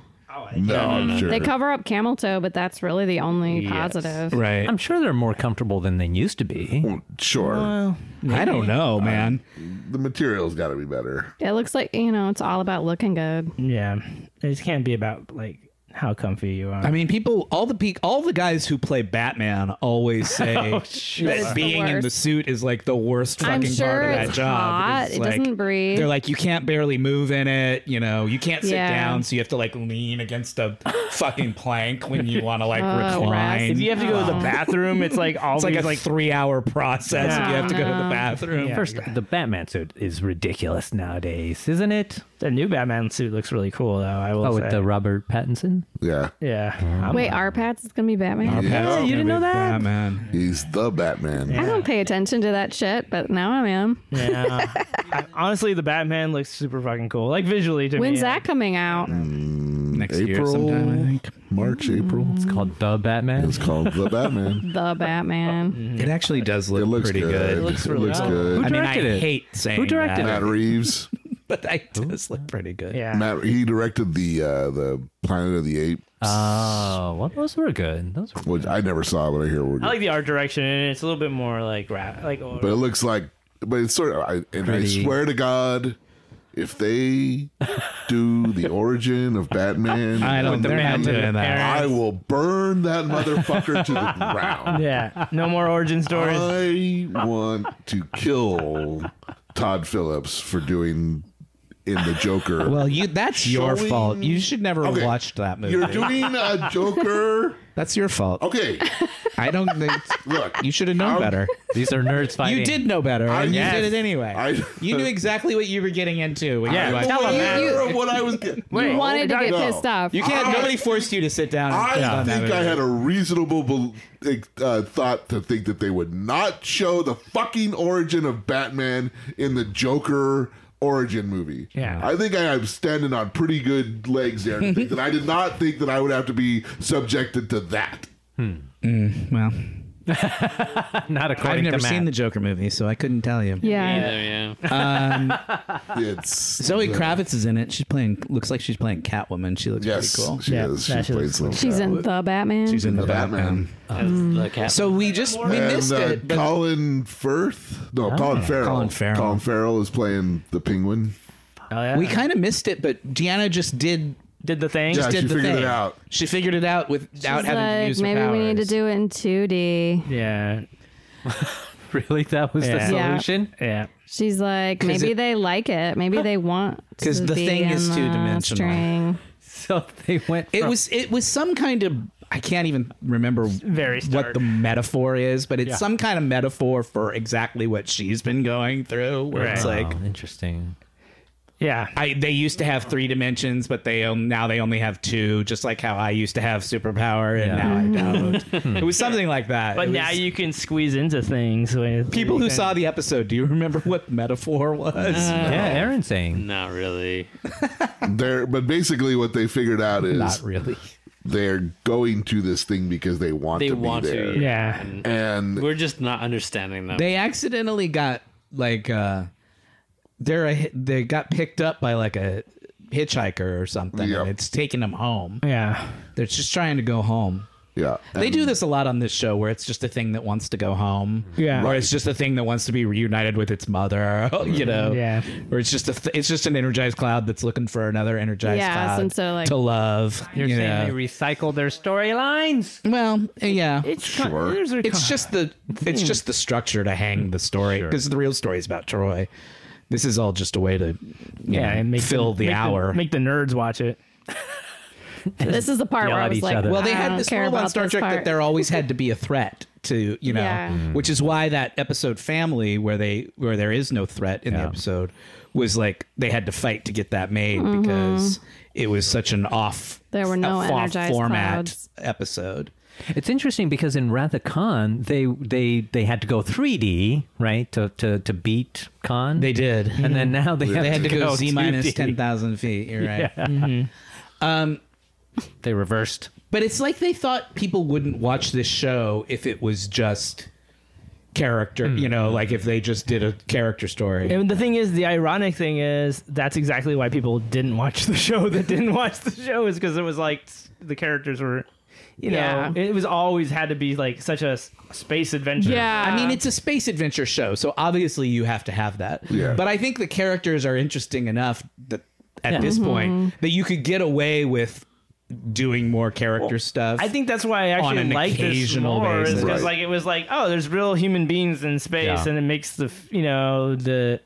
[SPEAKER 3] No, I'm sure.
[SPEAKER 1] They cover up camel toe, but that's really the only positive.
[SPEAKER 2] Right.
[SPEAKER 4] I'm sure they're more comfortable than they used to be.
[SPEAKER 3] Oh, Sure.
[SPEAKER 2] I don't know, man.
[SPEAKER 3] the material's got to be better.
[SPEAKER 1] It looks like you know it's all about looking good.
[SPEAKER 5] yeah, it can't be about like how comfy you are.
[SPEAKER 2] I mean, people, all the peak, all the guys who play Batman always
[SPEAKER 1] Oh,
[SPEAKER 2] say that being
[SPEAKER 1] It's the
[SPEAKER 2] in the
[SPEAKER 1] worst.
[SPEAKER 2] suit is like the worst
[SPEAKER 1] I'm
[SPEAKER 2] fucking
[SPEAKER 1] sure
[SPEAKER 2] part of that
[SPEAKER 1] it's
[SPEAKER 2] job.
[SPEAKER 1] hot.
[SPEAKER 2] It's
[SPEAKER 1] It
[SPEAKER 2] like-
[SPEAKER 1] doesn't breathe.
[SPEAKER 2] They're like, you can't barely move in it. You know, you can't sit
[SPEAKER 1] Yeah.
[SPEAKER 2] down, so you have to like lean against a fucking plank when you want to like
[SPEAKER 1] Oh, rest.
[SPEAKER 2] recline.
[SPEAKER 1] If
[SPEAKER 5] you have to go to the bathroom. It's like all
[SPEAKER 2] It's like a three hour process if you have to go to the bathroom.
[SPEAKER 5] Yeah.
[SPEAKER 4] First, the Batman suit is ridiculous nowadays, isn't it?
[SPEAKER 5] the new Batman suit looks really cool though. I will
[SPEAKER 4] Oh,
[SPEAKER 5] say.
[SPEAKER 4] with the Robert Pattinson.
[SPEAKER 3] Yeah.
[SPEAKER 5] yeah. I'm-
[SPEAKER 1] Wait, our Pats is gonna be Batman.
[SPEAKER 3] Yeah.
[SPEAKER 4] you didn't know that?
[SPEAKER 2] Batman.
[SPEAKER 3] He's the Batman.
[SPEAKER 1] I don't pay attention to that shit, but now I am.
[SPEAKER 5] yeah. I- honestly, the Batman looks super fucking cool. Like visually to
[SPEAKER 1] When's
[SPEAKER 5] me.
[SPEAKER 1] that coming out?
[SPEAKER 2] Next year
[SPEAKER 3] April,
[SPEAKER 2] sometime, I think.
[SPEAKER 3] March, April. It's called,
[SPEAKER 2] Mm.
[SPEAKER 4] Called the Batman.
[SPEAKER 3] the Batman.
[SPEAKER 1] The Batman.
[SPEAKER 2] It actually does look
[SPEAKER 3] It looks
[SPEAKER 2] pretty
[SPEAKER 3] good.
[SPEAKER 2] good.
[SPEAKER 3] It looks,
[SPEAKER 5] really good.
[SPEAKER 3] good.
[SPEAKER 2] I mean, I
[SPEAKER 4] directed it?
[SPEAKER 2] hate saying
[SPEAKER 4] Who directed
[SPEAKER 2] that,
[SPEAKER 3] Matt Reeves.
[SPEAKER 2] but I does look pretty good.
[SPEAKER 5] Yeah.
[SPEAKER 3] Matt, he directed the uh, the Planet of the Apes,
[SPEAKER 4] Oh, well, those were good. Those were
[SPEAKER 3] which I never saw, but I hear were
[SPEAKER 5] I
[SPEAKER 3] good.
[SPEAKER 5] like the art direction, and it's a little bit more like rap, like oh,
[SPEAKER 3] but it looks like, but it's sort of. I, and I
[SPEAKER 4] Pretty.
[SPEAKER 3] swear to God, if they do the origin of Batman,
[SPEAKER 2] I don't think I'm doing that.
[SPEAKER 3] I will burn that motherfucker to the ground.
[SPEAKER 5] yeah. No more origin stories.
[SPEAKER 3] Uh, I want to kill Todd Phillips for doing in the Joker.
[SPEAKER 2] Well, you that's your
[SPEAKER 3] Showing-
[SPEAKER 2] fault. You should never have
[SPEAKER 3] Okay.
[SPEAKER 2] watched that movie.
[SPEAKER 3] You're doing Oh. a Joker.
[SPEAKER 2] that's your fault.
[SPEAKER 3] Okay,
[SPEAKER 2] I don't think
[SPEAKER 3] look.
[SPEAKER 2] you should have known
[SPEAKER 3] I'll-
[SPEAKER 2] better.
[SPEAKER 4] These are nerds fighting.
[SPEAKER 2] You did know better, and
[SPEAKER 3] Yes.
[SPEAKER 2] you did it anyway.
[SPEAKER 3] I-
[SPEAKER 2] you knew exactly what you were getting into. When
[SPEAKER 5] Yeah,
[SPEAKER 2] you watched
[SPEAKER 5] tell
[SPEAKER 2] it.
[SPEAKER 5] him,
[SPEAKER 3] aware
[SPEAKER 1] You-
[SPEAKER 3] of what I was getting.
[SPEAKER 1] You wanted to get
[SPEAKER 3] No.
[SPEAKER 1] pissed off.
[SPEAKER 2] You can't.
[SPEAKER 3] I-
[SPEAKER 2] nobody forced you to sit down. And
[SPEAKER 3] I
[SPEAKER 2] sit down
[SPEAKER 3] think
[SPEAKER 2] that
[SPEAKER 3] I
[SPEAKER 2] movie.
[SPEAKER 3] had a reasonable bel- uh, thought to think that they would not show the fucking origin of Batman in the Joker origin movie.
[SPEAKER 5] Yeah.
[SPEAKER 3] I think I am standing on pretty good legs there. to think that I did not think that I would have to be subjected to that.
[SPEAKER 2] Well,
[SPEAKER 4] Not
[SPEAKER 2] I've
[SPEAKER 4] according
[SPEAKER 2] never
[SPEAKER 4] to Matt.
[SPEAKER 2] seen the Joker movie, so I couldn't tell you.
[SPEAKER 1] Yeah.
[SPEAKER 6] Either, yeah.
[SPEAKER 3] It's
[SPEAKER 2] Zoe Kravitz is in it. She's playing. Looks like she's playing Catwoman. She looks
[SPEAKER 3] yes,
[SPEAKER 2] pretty cool.
[SPEAKER 3] she
[SPEAKER 5] Yeah,
[SPEAKER 3] is.
[SPEAKER 5] that
[SPEAKER 3] She's
[SPEAKER 5] she
[SPEAKER 3] played
[SPEAKER 5] looks
[SPEAKER 3] some.
[SPEAKER 1] She's in The Batman.
[SPEAKER 2] She's in the
[SPEAKER 3] Batman.
[SPEAKER 2] Batman.
[SPEAKER 1] Mm.
[SPEAKER 6] the cat.
[SPEAKER 2] So we just we missed
[SPEAKER 3] and uh,
[SPEAKER 2] it. But
[SPEAKER 3] Colin Firth, no, Colin Farrell.
[SPEAKER 2] Colin Farrell.
[SPEAKER 3] Colin Farrell is playing the Penguin.
[SPEAKER 5] Oh, yeah.
[SPEAKER 2] we kind of missed it. But Deanna just did
[SPEAKER 5] did the thing.
[SPEAKER 3] Yeah,
[SPEAKER 2] did
[SPEAKER 3] she
[SPEAKER 2] the
[SPEAKER 3] figured
[SPEAKER 2] thing.
[SPEAKER 3] it out.
[SPEAKER 2] She figured it out without
[SPEAKER 1] She's
[SPEAKER 2] having to
[SPEAKER 1] like,
[SPEAKER 2] use her
[SPEAKER 1] maybe we need to
[SPEAKER 2] powers.
[SPEAKER 1] do it in 2D.
[SPEAKER 5] Yeah.
[SPEAKER 4] really, that was
[SPEAKER 5] Yeah.
[SPEAKER 4] the
[SPEAKER 1] Yeah.
[SPEAKER 4] solution.
[SPEAKER 5] Yeah.
[SPEAKER 1] She's like,
[SPEAKER 2] 'Cause
[SPEAKER 1] maybe
[SPEAKER 2] it-
[SPEAKER 1] they like it. Maybe they want
[SPEAKER 2] 'Cause
[SPEAKER 1] to
[SPEAKER 2] the
[SPEAKER 1] be
[SPEAKER 2] thing
[SPEAKER 1] in
[SPEAKER 2] is
[SPEAKER 1] the
[SPEAKER 2] two-dimensional.
[SPEAKER 1] string.
[SPEAKER 4] So they went.
[SPEAKER 2] It
[SPEAKER 4] from-
[SPEAKER 2] was it was some kind of I can't even remember
[SPEAKER 5] very
[SPEAKER 2] what
[SPEAKER 5] stark.
[SPEAKER 2] the metaphor is, but it's some kind of metaphor for exactly what she's been going through. Where it's
[SPEAKER 5] Right.
[SPEAKER 2] like
[SPEAKER 4] Oh, interesting.
[SPEAKER 5] Yeah.
[SPEAKER 2] I they used to have three dimensions, but they um, now they only have two. Just like how I used to have superpower and
[SPEAKER 4] Yeah.
[SPEAKER 2] now I
[SPEAKER 3] Hmm.
[SPEAKER 2] don't. it was something like that.
[SPEAKER 5] But
[SPEAKER 2] It
[SPEAKER 5] now
[SPEAKER 2] was-
[SPEAKER 5] you can squeeze into things with
[SPEAKER 2] people who
[SPEAKER 5] Okay.
[SPEAKER 2] saw the episode, do you remember what metaphor was?
[SPEAKER 5] Uh,
[SPEAKER 4] Yeah, Aaron saying.
[SPEAKER 6] Not really.
[SPEAKER 3] There, but basically, what they figured out is
[SPEAKER 2] Not really.
[SPEAKER 3] they're going to this thing because they want
[SPEAKER 6] They
[SPEAKER 3] to be
[SPEAKER 6] want
[SPEAKER 3] there.
[SPEAKER 6] to.
[SPEAKER 5] Yeah.
[SPEAKER 3] And
[SPEAKER 6] We're just not understanding them.
[SPEAKER 2] They accidentally got like uh they're a, they got picked up by like a hitchhiker or something
[SPEAKER 3] Yeah.
[SPEAKER 2] and it's taking them home.
[SPEAKER 5] Yeah.
[SPEAKER 2] They're just trying to go home.
[SPEAKER 3] yeah,
[SPEAKER 2] They do this a lot on this show where it's just a thing that wants to go home.
[SPEAKER 5] Yeah.
[SPEAKER 2] Or it's just a thing that wants to be reunited with its mother, you know.
[SPEAKER 5] Mm-hmm. Yeah.
[SPEAKER 2] Or it's just a th- it's just an energized cloud that's looking for another energized
[SPEAKER 1] Yeah,
[SPEAKER 2] cloud
[SPEAKER 1] and so, like-
[SPEAKER 2] to love.
[SPEAKER 5] You're
[SPEAKER 2] you
[SPEAKER 5] saying
[SPEAKER 2] know.
[SPEAKER 5] they recycled their storylines.
[SPEAKER 2] well, yeah.
[SPEAKER 5] It's con-
[SPEAKER 3] Sure.
[SPEAKER 5] there's a
[SPEAKER 2] It's
[SPEAKER 5] con-
[SPEAKER 2] just the it's just the structure to hang the story because the real story is about Troy. This is all just a way to you
[SPEAKER 5] yeah,
[SPEAKER 2] know,
[SPEAKER 5] and make
[SPEAKER 2] fill the
[SPEAKER 5] them- make
[SPEAKER 2] hour.
[SPEAKER 5] make the nerds watch it.
[SPEAKER 1] This is the part
[SPEAKER 4] Yell
[SPEAKER 1] where I
[SPEAKER 4] at
[SPEAKER 1] was
[SPEAKER 4] each
[SPEAKER 1] like,
[SPEAKER 4] other.
[SPEAKER 2] well, they
[SPEAKER 1] I
[SPEAKER 2] had
[SPEAKER 1] don't
[SPEAKER 2] this
[SPEAKER 1] care
[SPEAKER 2] rule on
[SPEAKER 1] about
[SPEAKER 2] Star
[SPEAKER 1] this
[SPEAKER 2] Trek that
[SPEAKER 1] part.
[SPEAKER 2] there always had to be a threat to you know,
[SPEAKER 1] Yeah.
[SPEAKER 5] Mm-hmm.
[SPEAKER 1] Mm.
[SPEAKER 2] which is why that episode family where they where there is no threat in the episode was like they had to fight to get that made because it was such an off
[SPEAKER 1] Mm-hmm. There were no
[SPEAKER 2] off
[SPEAKER 1] energized
[SPEAKER 2] format
[SPEAKER 1] clouds.
[SPEAKER 2] episode.
[SPEAKER 4] It's interesting because in Wrath of Khan, they they they had to go 3D right to to, to beat Khan.
[SPEAKER 2] They did.
[SPEAKER 4] and then now they, have
[SPEAKER 2] They had to go Z minus
[SPEAKER 4] 2D.
[SPEAKER 2] ten thousand feet. You're right.
[SPEAKER 1] Mm-hmm.
[SPEAKER 2] Um,
[SPEAKER 4] They reversed.
[SPEAKER 2] But it's like they thought people wouldn't watch this show if it was just character,
[SPEAKER 1] Hmm.
[SPEAKER 2] you know, like if they just did a character story.
[SPEAKER 5] And the thing is, the ironic thing is, that's exactly why people didn't watch the show. That didn't watch the show is because it was like the characters were, you
[SPEAKER 1] Yeah.
[SPEAKER 5] know, it was always had to be like such a s- space adventure.
[SPEAKER 1] Yeah.
[SPEAKER 2] I mean, it's a space adventure show, so obviously you have to have that.
[SPEAKER 3] Yeah.
[SPEAKER 2] But I think the characters are interesting enough that at
[SPEAKER 4] Yeah.
[SPEAKER 1] Mm-hmm.
[SPEAKER 2] this point that you could get away with doing more character stuff.
[SPEAKER 5] I think that's why I
[SPEAKER 2] On an
[SPEAKER 5] actually like this
[SPEAKER 2] occasional
[SPEAKER 5] more is
[SPEAKER 2] basis.
[SPEAKER 5] because
[SPEAKER 3] Right.
[SPEAKER 5] like it was like, oh, there's real human beings in space,
[SPEAKER 4] Yeah.
[SPEAKER 5] and it makes the f- you know the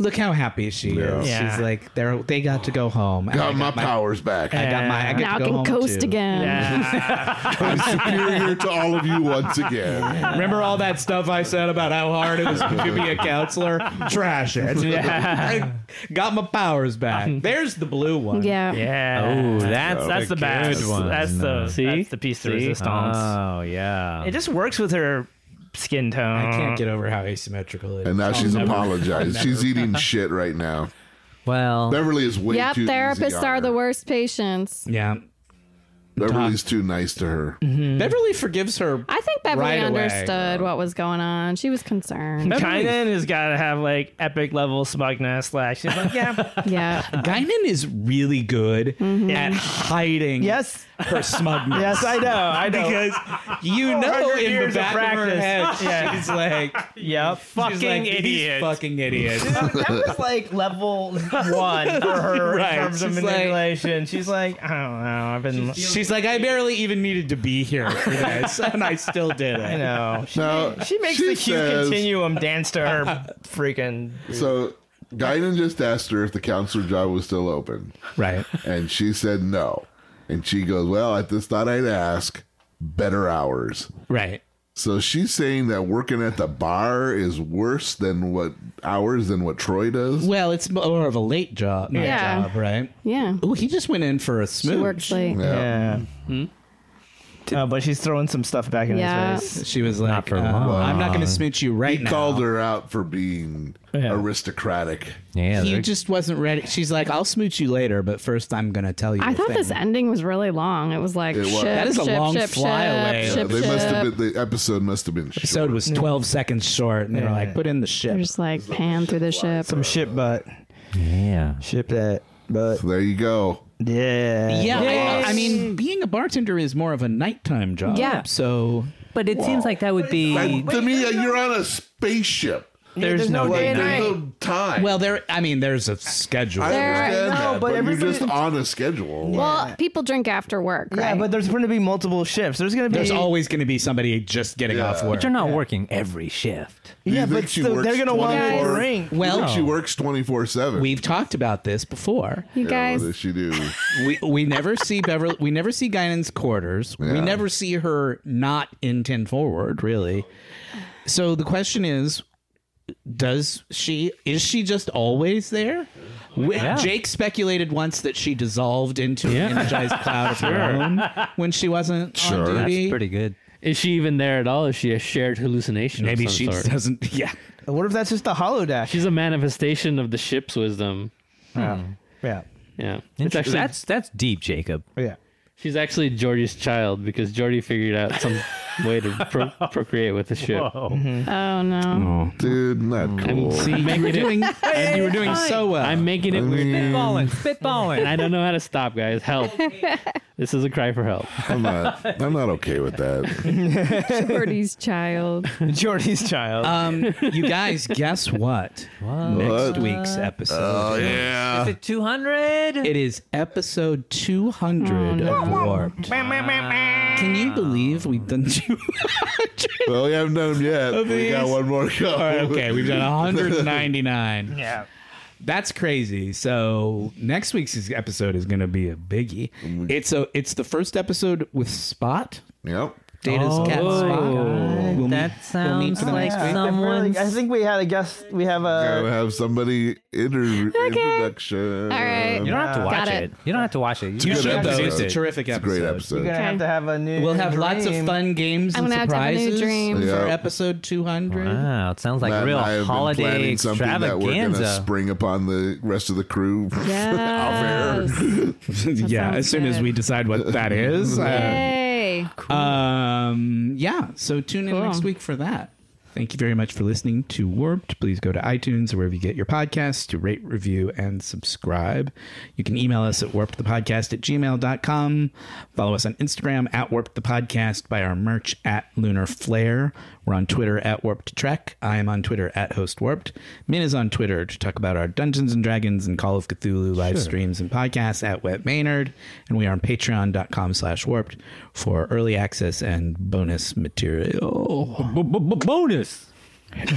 [SPEAKER 2] look how happy she
[SPEAKER 3] Yeah.
[SPEAKER 2] is.
[SPEAKER 5] Yeah.
[SPEAKER 2] She's like, they are they got to go home. And I
[SPEAKER 3] got my, powers back.
[SPEAKER 2] I got my. I get
[SPEAKER 1] now I
[SPEAKER 2] to go
[SPEAKER 1] can
[SPEAKER 2] home
[SPEAKER 1] coast
[SPEAKER 2] too.
[SPEAKER 1] again.
[SPEAKER 3] I'm superior to all of you once again.
[SPEAKER 2] Remember all that stuff I said about how hard it was to be a counselor? Trash it. I got my powers back. There's the blue one.
[SPEAKER 1] Yeah.
[SPEAKER 5] yeah.
[SPEAKER 4] Oh, that's
[SPEAKER 5] that's the
[SPEAKER 4] good
[SPEAKER 5] best.
[SPEAKER 4] one.
[SPEAKER 5] That's the
[SPEAKER 4] See?
[SPEAKER 5] that's the piece de resistance.
[SPEAKER 2] Ah.
[SPEAKER 4] Oh yeah.
[SPEAKER 5] it just works with her skin tone.
[SPEAKER 2] I can't get over how asymmetrical it is.
[SPEAKER 3] And now she's apologized. She's eating shit right now.
[SPEAKER 4] well,
[SPEAKER 3] Beverly is way
[SPEAKER 1] Yep,
[SPEAKER 3] too. easy
[SPEAKER 1] therapists
[SPEAKER 3] on
[SPEAKER 1] are
[SPEAKER 3] her.
[SPEAKER 1] the worst patients.
[SPEAKER 2] Yeah.
[SPEAKER 3] Beverly's too nice to her.
[SPEAKER 6] Mm-hmm.
[SPEAKER 5] Mm.
[SPEAKER 2] Beverly forgives her.
[SPEAKER 1] I think Beverly
[SPEAKER 2] Right away.
[SPEAKER 1] understood what was going on. She was concerned.
[SPEAKER 5] Kynan has got to have like epic level smugness. Like she's like, yeah,
[SPEAKER 1] yeah.
[SPEAKER 2] Guinan is really good at hiding
[SPEAKER 5] Mm-hmm. yes,
[SPEAKER 2] her smugness.
[SPEAKER 5] yes, I know, I know.
[SPEAKER 2] Because you know
[SPEAKER 5] 100
[SPEAKER 2] in
[SPEAKER 5] years
[SPEAKER 2] the
[SPEAKER 5] of
[SPEAKER 2] back of, her
[SPEAKER 5] practice.
[SPEAKER 2] head,
[SPEAKER 5] Yeah.
[SPEAKER 2] she's like,
[SPEAKER 5] yeah, fucking
[SPEAKER 2] she's like,
[SPEAKER 5] idiot.
[SPEAKER 2] These fucking idiots.
[SPEAKER 5] that was like level one for her
[SPEAKER 2] Right,
[SPEAKER 5] in terms of
[SPEAKER 2] she's like-
[SPEAKER 5] manipulation. she's like, I don't know. I've been,
[SPEAKER 2] She's like, I barely even needed to be here for this, and I still did
[SPEAKER 5] you
[SPEAKER 2] it.
[SPEAKER 5] know, she,
[SPEAKER 3] No,
[SPEAKER 5] she makes the Hugh
[SPEAKER 3] says-
[SPEAKER 5] Continuum dance to her freaking.
[SPEAKER 3] So Guinan just asked her if the counselor job was still open,
[SPEAKER 2] Right.
[SPEAKER 3] and she said no. And she goes, "Well, I just thought I'd ask. Better hours."
[SPEAKER 2] Right.
[SPEAKER 3] So she's saying that working at the bar is worse than what hours than what Troy does.
[SPEAKER 2] Well, it's more of a late job, night
[SPEAKER 1] Yeah.
[SPEAKER 2] job, right?
[SPEAKER 1] Yeah.
[SPEAKER 2] Oh, he just went in for a
[SPEAKER 1] She
[SPEAKER 2] smooch.
[SPEAKER 1] works late.
[SPEAKER 5] Yeah. Uh, but she's throwing some stuff back in
[SPEAKER 1] Yeah.
[SPEAKER 5] his face.
[SPEAKER 2] She was like,
[SPEAKER 4] Not for
[SPEAKER 2] uh,
[SPEAKER 4] long.
[SPEAKER 2] I'm not going to smooch you right
[SPEAKER 3] He
[SPEAKER 2] now.
[SPEAKER 3] called her out for being
[SPEAKER 5] Yeah.
[SPEAKER 3] aristocratic.
[SPEAKER 4] Yeah,
[SPEAKER 2] he
[SPEAKER 4] they're-
[SPEAKER 2] just wasn't ready. She's like, I'll smooch you later, but first I'm going to tell you.
[SPEAKER 1] I
[SPEAKER 2] a
[SPEAKER 1] thought
[SPEAKER 2] thing.
[SPEAKER 1] this ending was really long. It was like
[SPEAKER 3] It was.
[SPEAKER 1] ship,
[SPEAKER 3] That
[SPEAKER 2] is a
[SPEAKER 1] ship,
[SPEAKER 2] long
[SPEAKER 1] ship,
[SPEAKER 2] flyaway.
[SPEAKER 1] Ship,
[SPEAKER 3] Yeah,
[SPEAKER 1] ship,
[SPEAKER 3] they must
[SPEAKER 1] ship.
[SPEAKER 3] have been the episode must have been short.
[SPEAKER 2] episode was 12 seconds short, and they were
[SPEAKER 5] Yeah.
[SPEAKER 2] like, put in the ship.
[SPEAKER 1] They're just like pan through the ship.
[SPEAKER 5] Some shit butt.
[SPEAKER 4] yeah.
[SPEAKER 5] Ship that butt.
[SPEAKER 3] There you go.
[SPEAKER 5] Yeah.
[SPEAKER 2] Yeah, I, I mean, being a bartender is more of a nighttime job.
[SPEAKER 4] Yeah.
[SPEAKER 2] So
[SPEAKER 4] But it seems like that would be
[SPEAKER 3] I, to me, uh, you're on a spaceship.
[SPEAKER 4] there's, no,
[SPEAKER 3] Like,
[SPEAKER 1] and night.
[SPEAKER 3] there's no time.
[SPEAKER 2] well, there. I mean, there's a schedule.
[SPEAKER 3] I
[SPEAKER 1] There-
[SPEAKER 3] understand
[SPEAKER 5] No,
[SPEAKER 3] that,
[SPEAKER 5] but
[SPEAKER 3] but, you're
[SPEAKER 5] everybody-
[SPEAKER 3] just on a schedule.
[SPEAKER 1] Well, people drink after work,
[SPEAKER 5] Yeah,
[SPEAKER 1] right?
[SPEAKER 5] but there's going to be multiple shifts. There's going to be.
[SPEAKER 2] there's always going to be somebody just getting
[SPEAKER 3] Yeah.
[SPEAKER 2] off work.
[SPEAKER 4] But you're not working every shift.
[SPEAKER 3] You
[SPEAKER 5] yeah,
[SPEAKER 3] think
[SPEAKER 5] but
[SPEAKER 3] she
[SPEAKER 5] still,
[SPEAKER 3] works
[SPEAKER 5] they're going to want me to
[SPEAKER 3] 24
[SPEAKER 5] ring.
[SPEAKER 2] Well,
[SPEAKER 3] She works 24 7.
[SPEAKER 2] we've talked about this before.
[SPEAKER 1] you
[SPEAKER 3] What
[SPEAKER 1] guys,
[SPEAKER 3] does she do?
[SPEAKER 2] We we never see Beverly. We never see Guinan's quarters. We
[SPEAKER 3] Yeah.
[SPEAKER 2] never see her not in ten forward. Really. So the question is, does she? Is she just always there? We- Jake speculated once that she dissolved into an energized cloud of her own when she wasn't
[SPEAKER 3] Sure.
[SPEAKER 2] on
[SPEAKER 3] That's
[SPEAKER 2] duty.
[SPEAKER 4] Pretty good.
[SPEAKER 6] Is she even there at all? Is she a shared hallucination?
[SPEAKER 2] Maybe
[SPEAKER 6] of some
[SPEAKER 2] she
[SPEAKER 6] sort?
[SPEAKER 2] doesn't. Yeah.
[SPEAKER 5] What if that's just the hollow dash?
[SPEAKER 6] She's a manifestation of the ship's wisdom.
[SPEAKER 2] Hmm.
[SPEAKER 5] Yeah.
[SPEAKER 6] Yeah, it's actually
[SPEAKER 4] that's that's deep, Jacob.
[SPEAKER 5] Yeah.
[SPEAKER 6] she's actually Geordie's child because Geordie figured out some way to pro- procreate with the ship.
[SPEAKER 1] oh no,
[SPEAKER 3] Dude, not
[SPEAKER 6] I'm
[SPEAKER 3] cool.
[SPEAKER 6] see, making it.
[SPEAKER 2] Doing, and you were doing so well.
[SPEAKER 6] I'm making it weird.
[SPEAKER 4] Spitballing, spitballing.
[SPEAKER 6] I don't know how to stop, guys. Help! This is a cry for help.
[SPEAKER 3] I'm not, I'm not okay with that.
[SPEAKER 5] Oh.
[SPEAKER 1] Birdie's child.
[SPEAKER 5] Jordy's child.
[SPEAKER 2] um, you guys, guess what? Next week's episode.
[SPEAKER 3] Oh, yeah.
[SPEAKER 4] Is it 200?
[SPEAKER 2] It is episode 200
[SPEAKER 1] Oh,
[SPEAKER 2] of Warped. Can you believe we've done 200?
[SPEAKER 3] Well, we haven't done them yet. We got
[SPEAKER 2] these?
[SPEAKER 3] one more go.
[SPEAKER 2] okay, we've done 199.
[SPEAKER 5] yeah.
[SPEAKER 2] That's crazy. So next week's episode is going to be a biggie.
[SPEAKER 3] Mm.
[SPEAKER 2] It's a it's the first episode with Spot.
[SPEAKER 3] Yep.
[SPEAKER 2] Data's cat Spot. We'll meet-
[SPEAKER 4] That
[SPEAKER 2] we'll meet
[SPEAKER 4] sounds
[SPEAKER 2] for the
[SPEAKER 4] like
[SPEAKER 2] next week.
[SPEAKER 4] someone's.
[SPEAKER 5] I think we had a guest. We have
[SPEAKER 3] Gotta
[SPEAKER 5] a.
[SPEAKER 3] have somebody inter- introduction.
[SPEAKER 1] All right.
[SPEAKER 4] You don't have to watch
[SPEAKER 1] Got
[SPEAKER 4] it.
[SPEAKER 1] it.
[SPEAKER 4] You don't have to watch it.
[SPEAKER 2] You
[SPEAKER 3] good
[SPEAKER 2] should, though.
[SPEAKER 3] episode.
[SPEAKER 2] It's a terrific
[SPEAKER 3] It's a
[SPEAKER 2] episode.
[SPEAKER 3] great episode.
[SPEAKER 5] We're going to have to have a new.
[SPEAKER 2] We'll have lots of
[SPEAKER 5] dream.
[SPEAKER 2] fun games
[SPEAKER 1] I'm
[SPEAKER 2] and
[SPEAKER 1] gonna have to have a new
[SPEAKER 2] surprises
[SPEAKER 1] dream.
[SPEAKER 2] for
[SPEAKER 3] Yeah.
[SPEAKER 2] episode 200.
[SPEAKER 4] Wow, it sounds like
[SPEAKER 3] Matt
[SPEAKER 4] a
[SPEAKER 3] and
[SPEAKER 4] real
[SPEAKER 3] I have been
[SPEAKER 4] holiday
[SPEAKER 3] planning something that we're gonna
[SPEAKER 4] extravaganza.
[SPEAKER 3] spring upon the rest of the crew.
[SPEAKER 1] Yes.
[SPEAKER 2] yeah,
[SPEAKER 1] sounds
[SPEAKER 2] as soon as
[SPEAKER 1] good.
[SPEAKER 2] we decide what that is. uh,
[SPEAKER 1] Yay.
[SPEAKER 2] Um, yeah, so tune in
[SPEAKER 1] Cool.
[SPEAKER 2] next week for that. Thank you very much for listening to Warped. Please go to iTunes or wherever you get your podcasts to rate, review, and subscribe. You can email us at warpedthepodcast at gmail.com. Follow us on Instagram at warpedthepodcast by our merch at Lunar Flare. We're on Twitter at Warped Trek. I am on Twitter at Host Warped. Min is on Twitter to talk about our Dungeons and Dragons and Call of Cthulhu live streams and podcasts at Wet Maynard. And we are on patreon.com slash warped for early access and bonus material.
[SPEAKER 4] Bonus.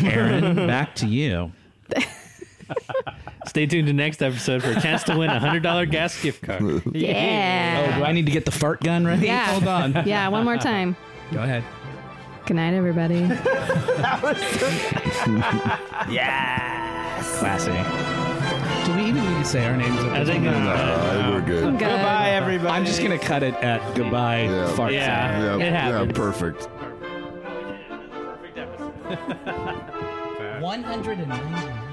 [SPEAKER 2] Aaron, back to you.
[SPEAKER 6] Stay tuned to next episode for a chance to win a hundred dollar gas gift card.
[SPEAKER 1] Yeah.
[SPEAKER 2] Oh, do I need to get the fart gun ready?
[SPEAKER 1] Yeah.
[SPEAKER 2] Hold on.
[SPEAKER 1] Yeah, one more time.
[SPEAKER 2] Go ahead.
[SPEAKER 1] Good night, everybody.
[SPEAKER 2] Classy. Do we even need to say our names? At
[SPEAKER 6] I
[SPEAKER 2] the
[SPEAKER 6] think.
[SPEAKER 2] top?
[SPEAKER 3] Uh, we're good.
[SPEAKER 1] Good.
[SPEAKER 5] Goodbye, everybody.
[SPEAKER 2] I'm just going to cut it at goodbye
[SPEAKER 3] Yeah.
[SPEAKER 2] fart sound.
[SPEAKER 6] Yeah,
[SPEAKER 3] Yeah,
[SPEAKER 6] it
[SPEAKER 3] yeah,
[SPEAKER 6] happened.
[SPEAKER 3] perfect.
[SPEAKER 2] 190.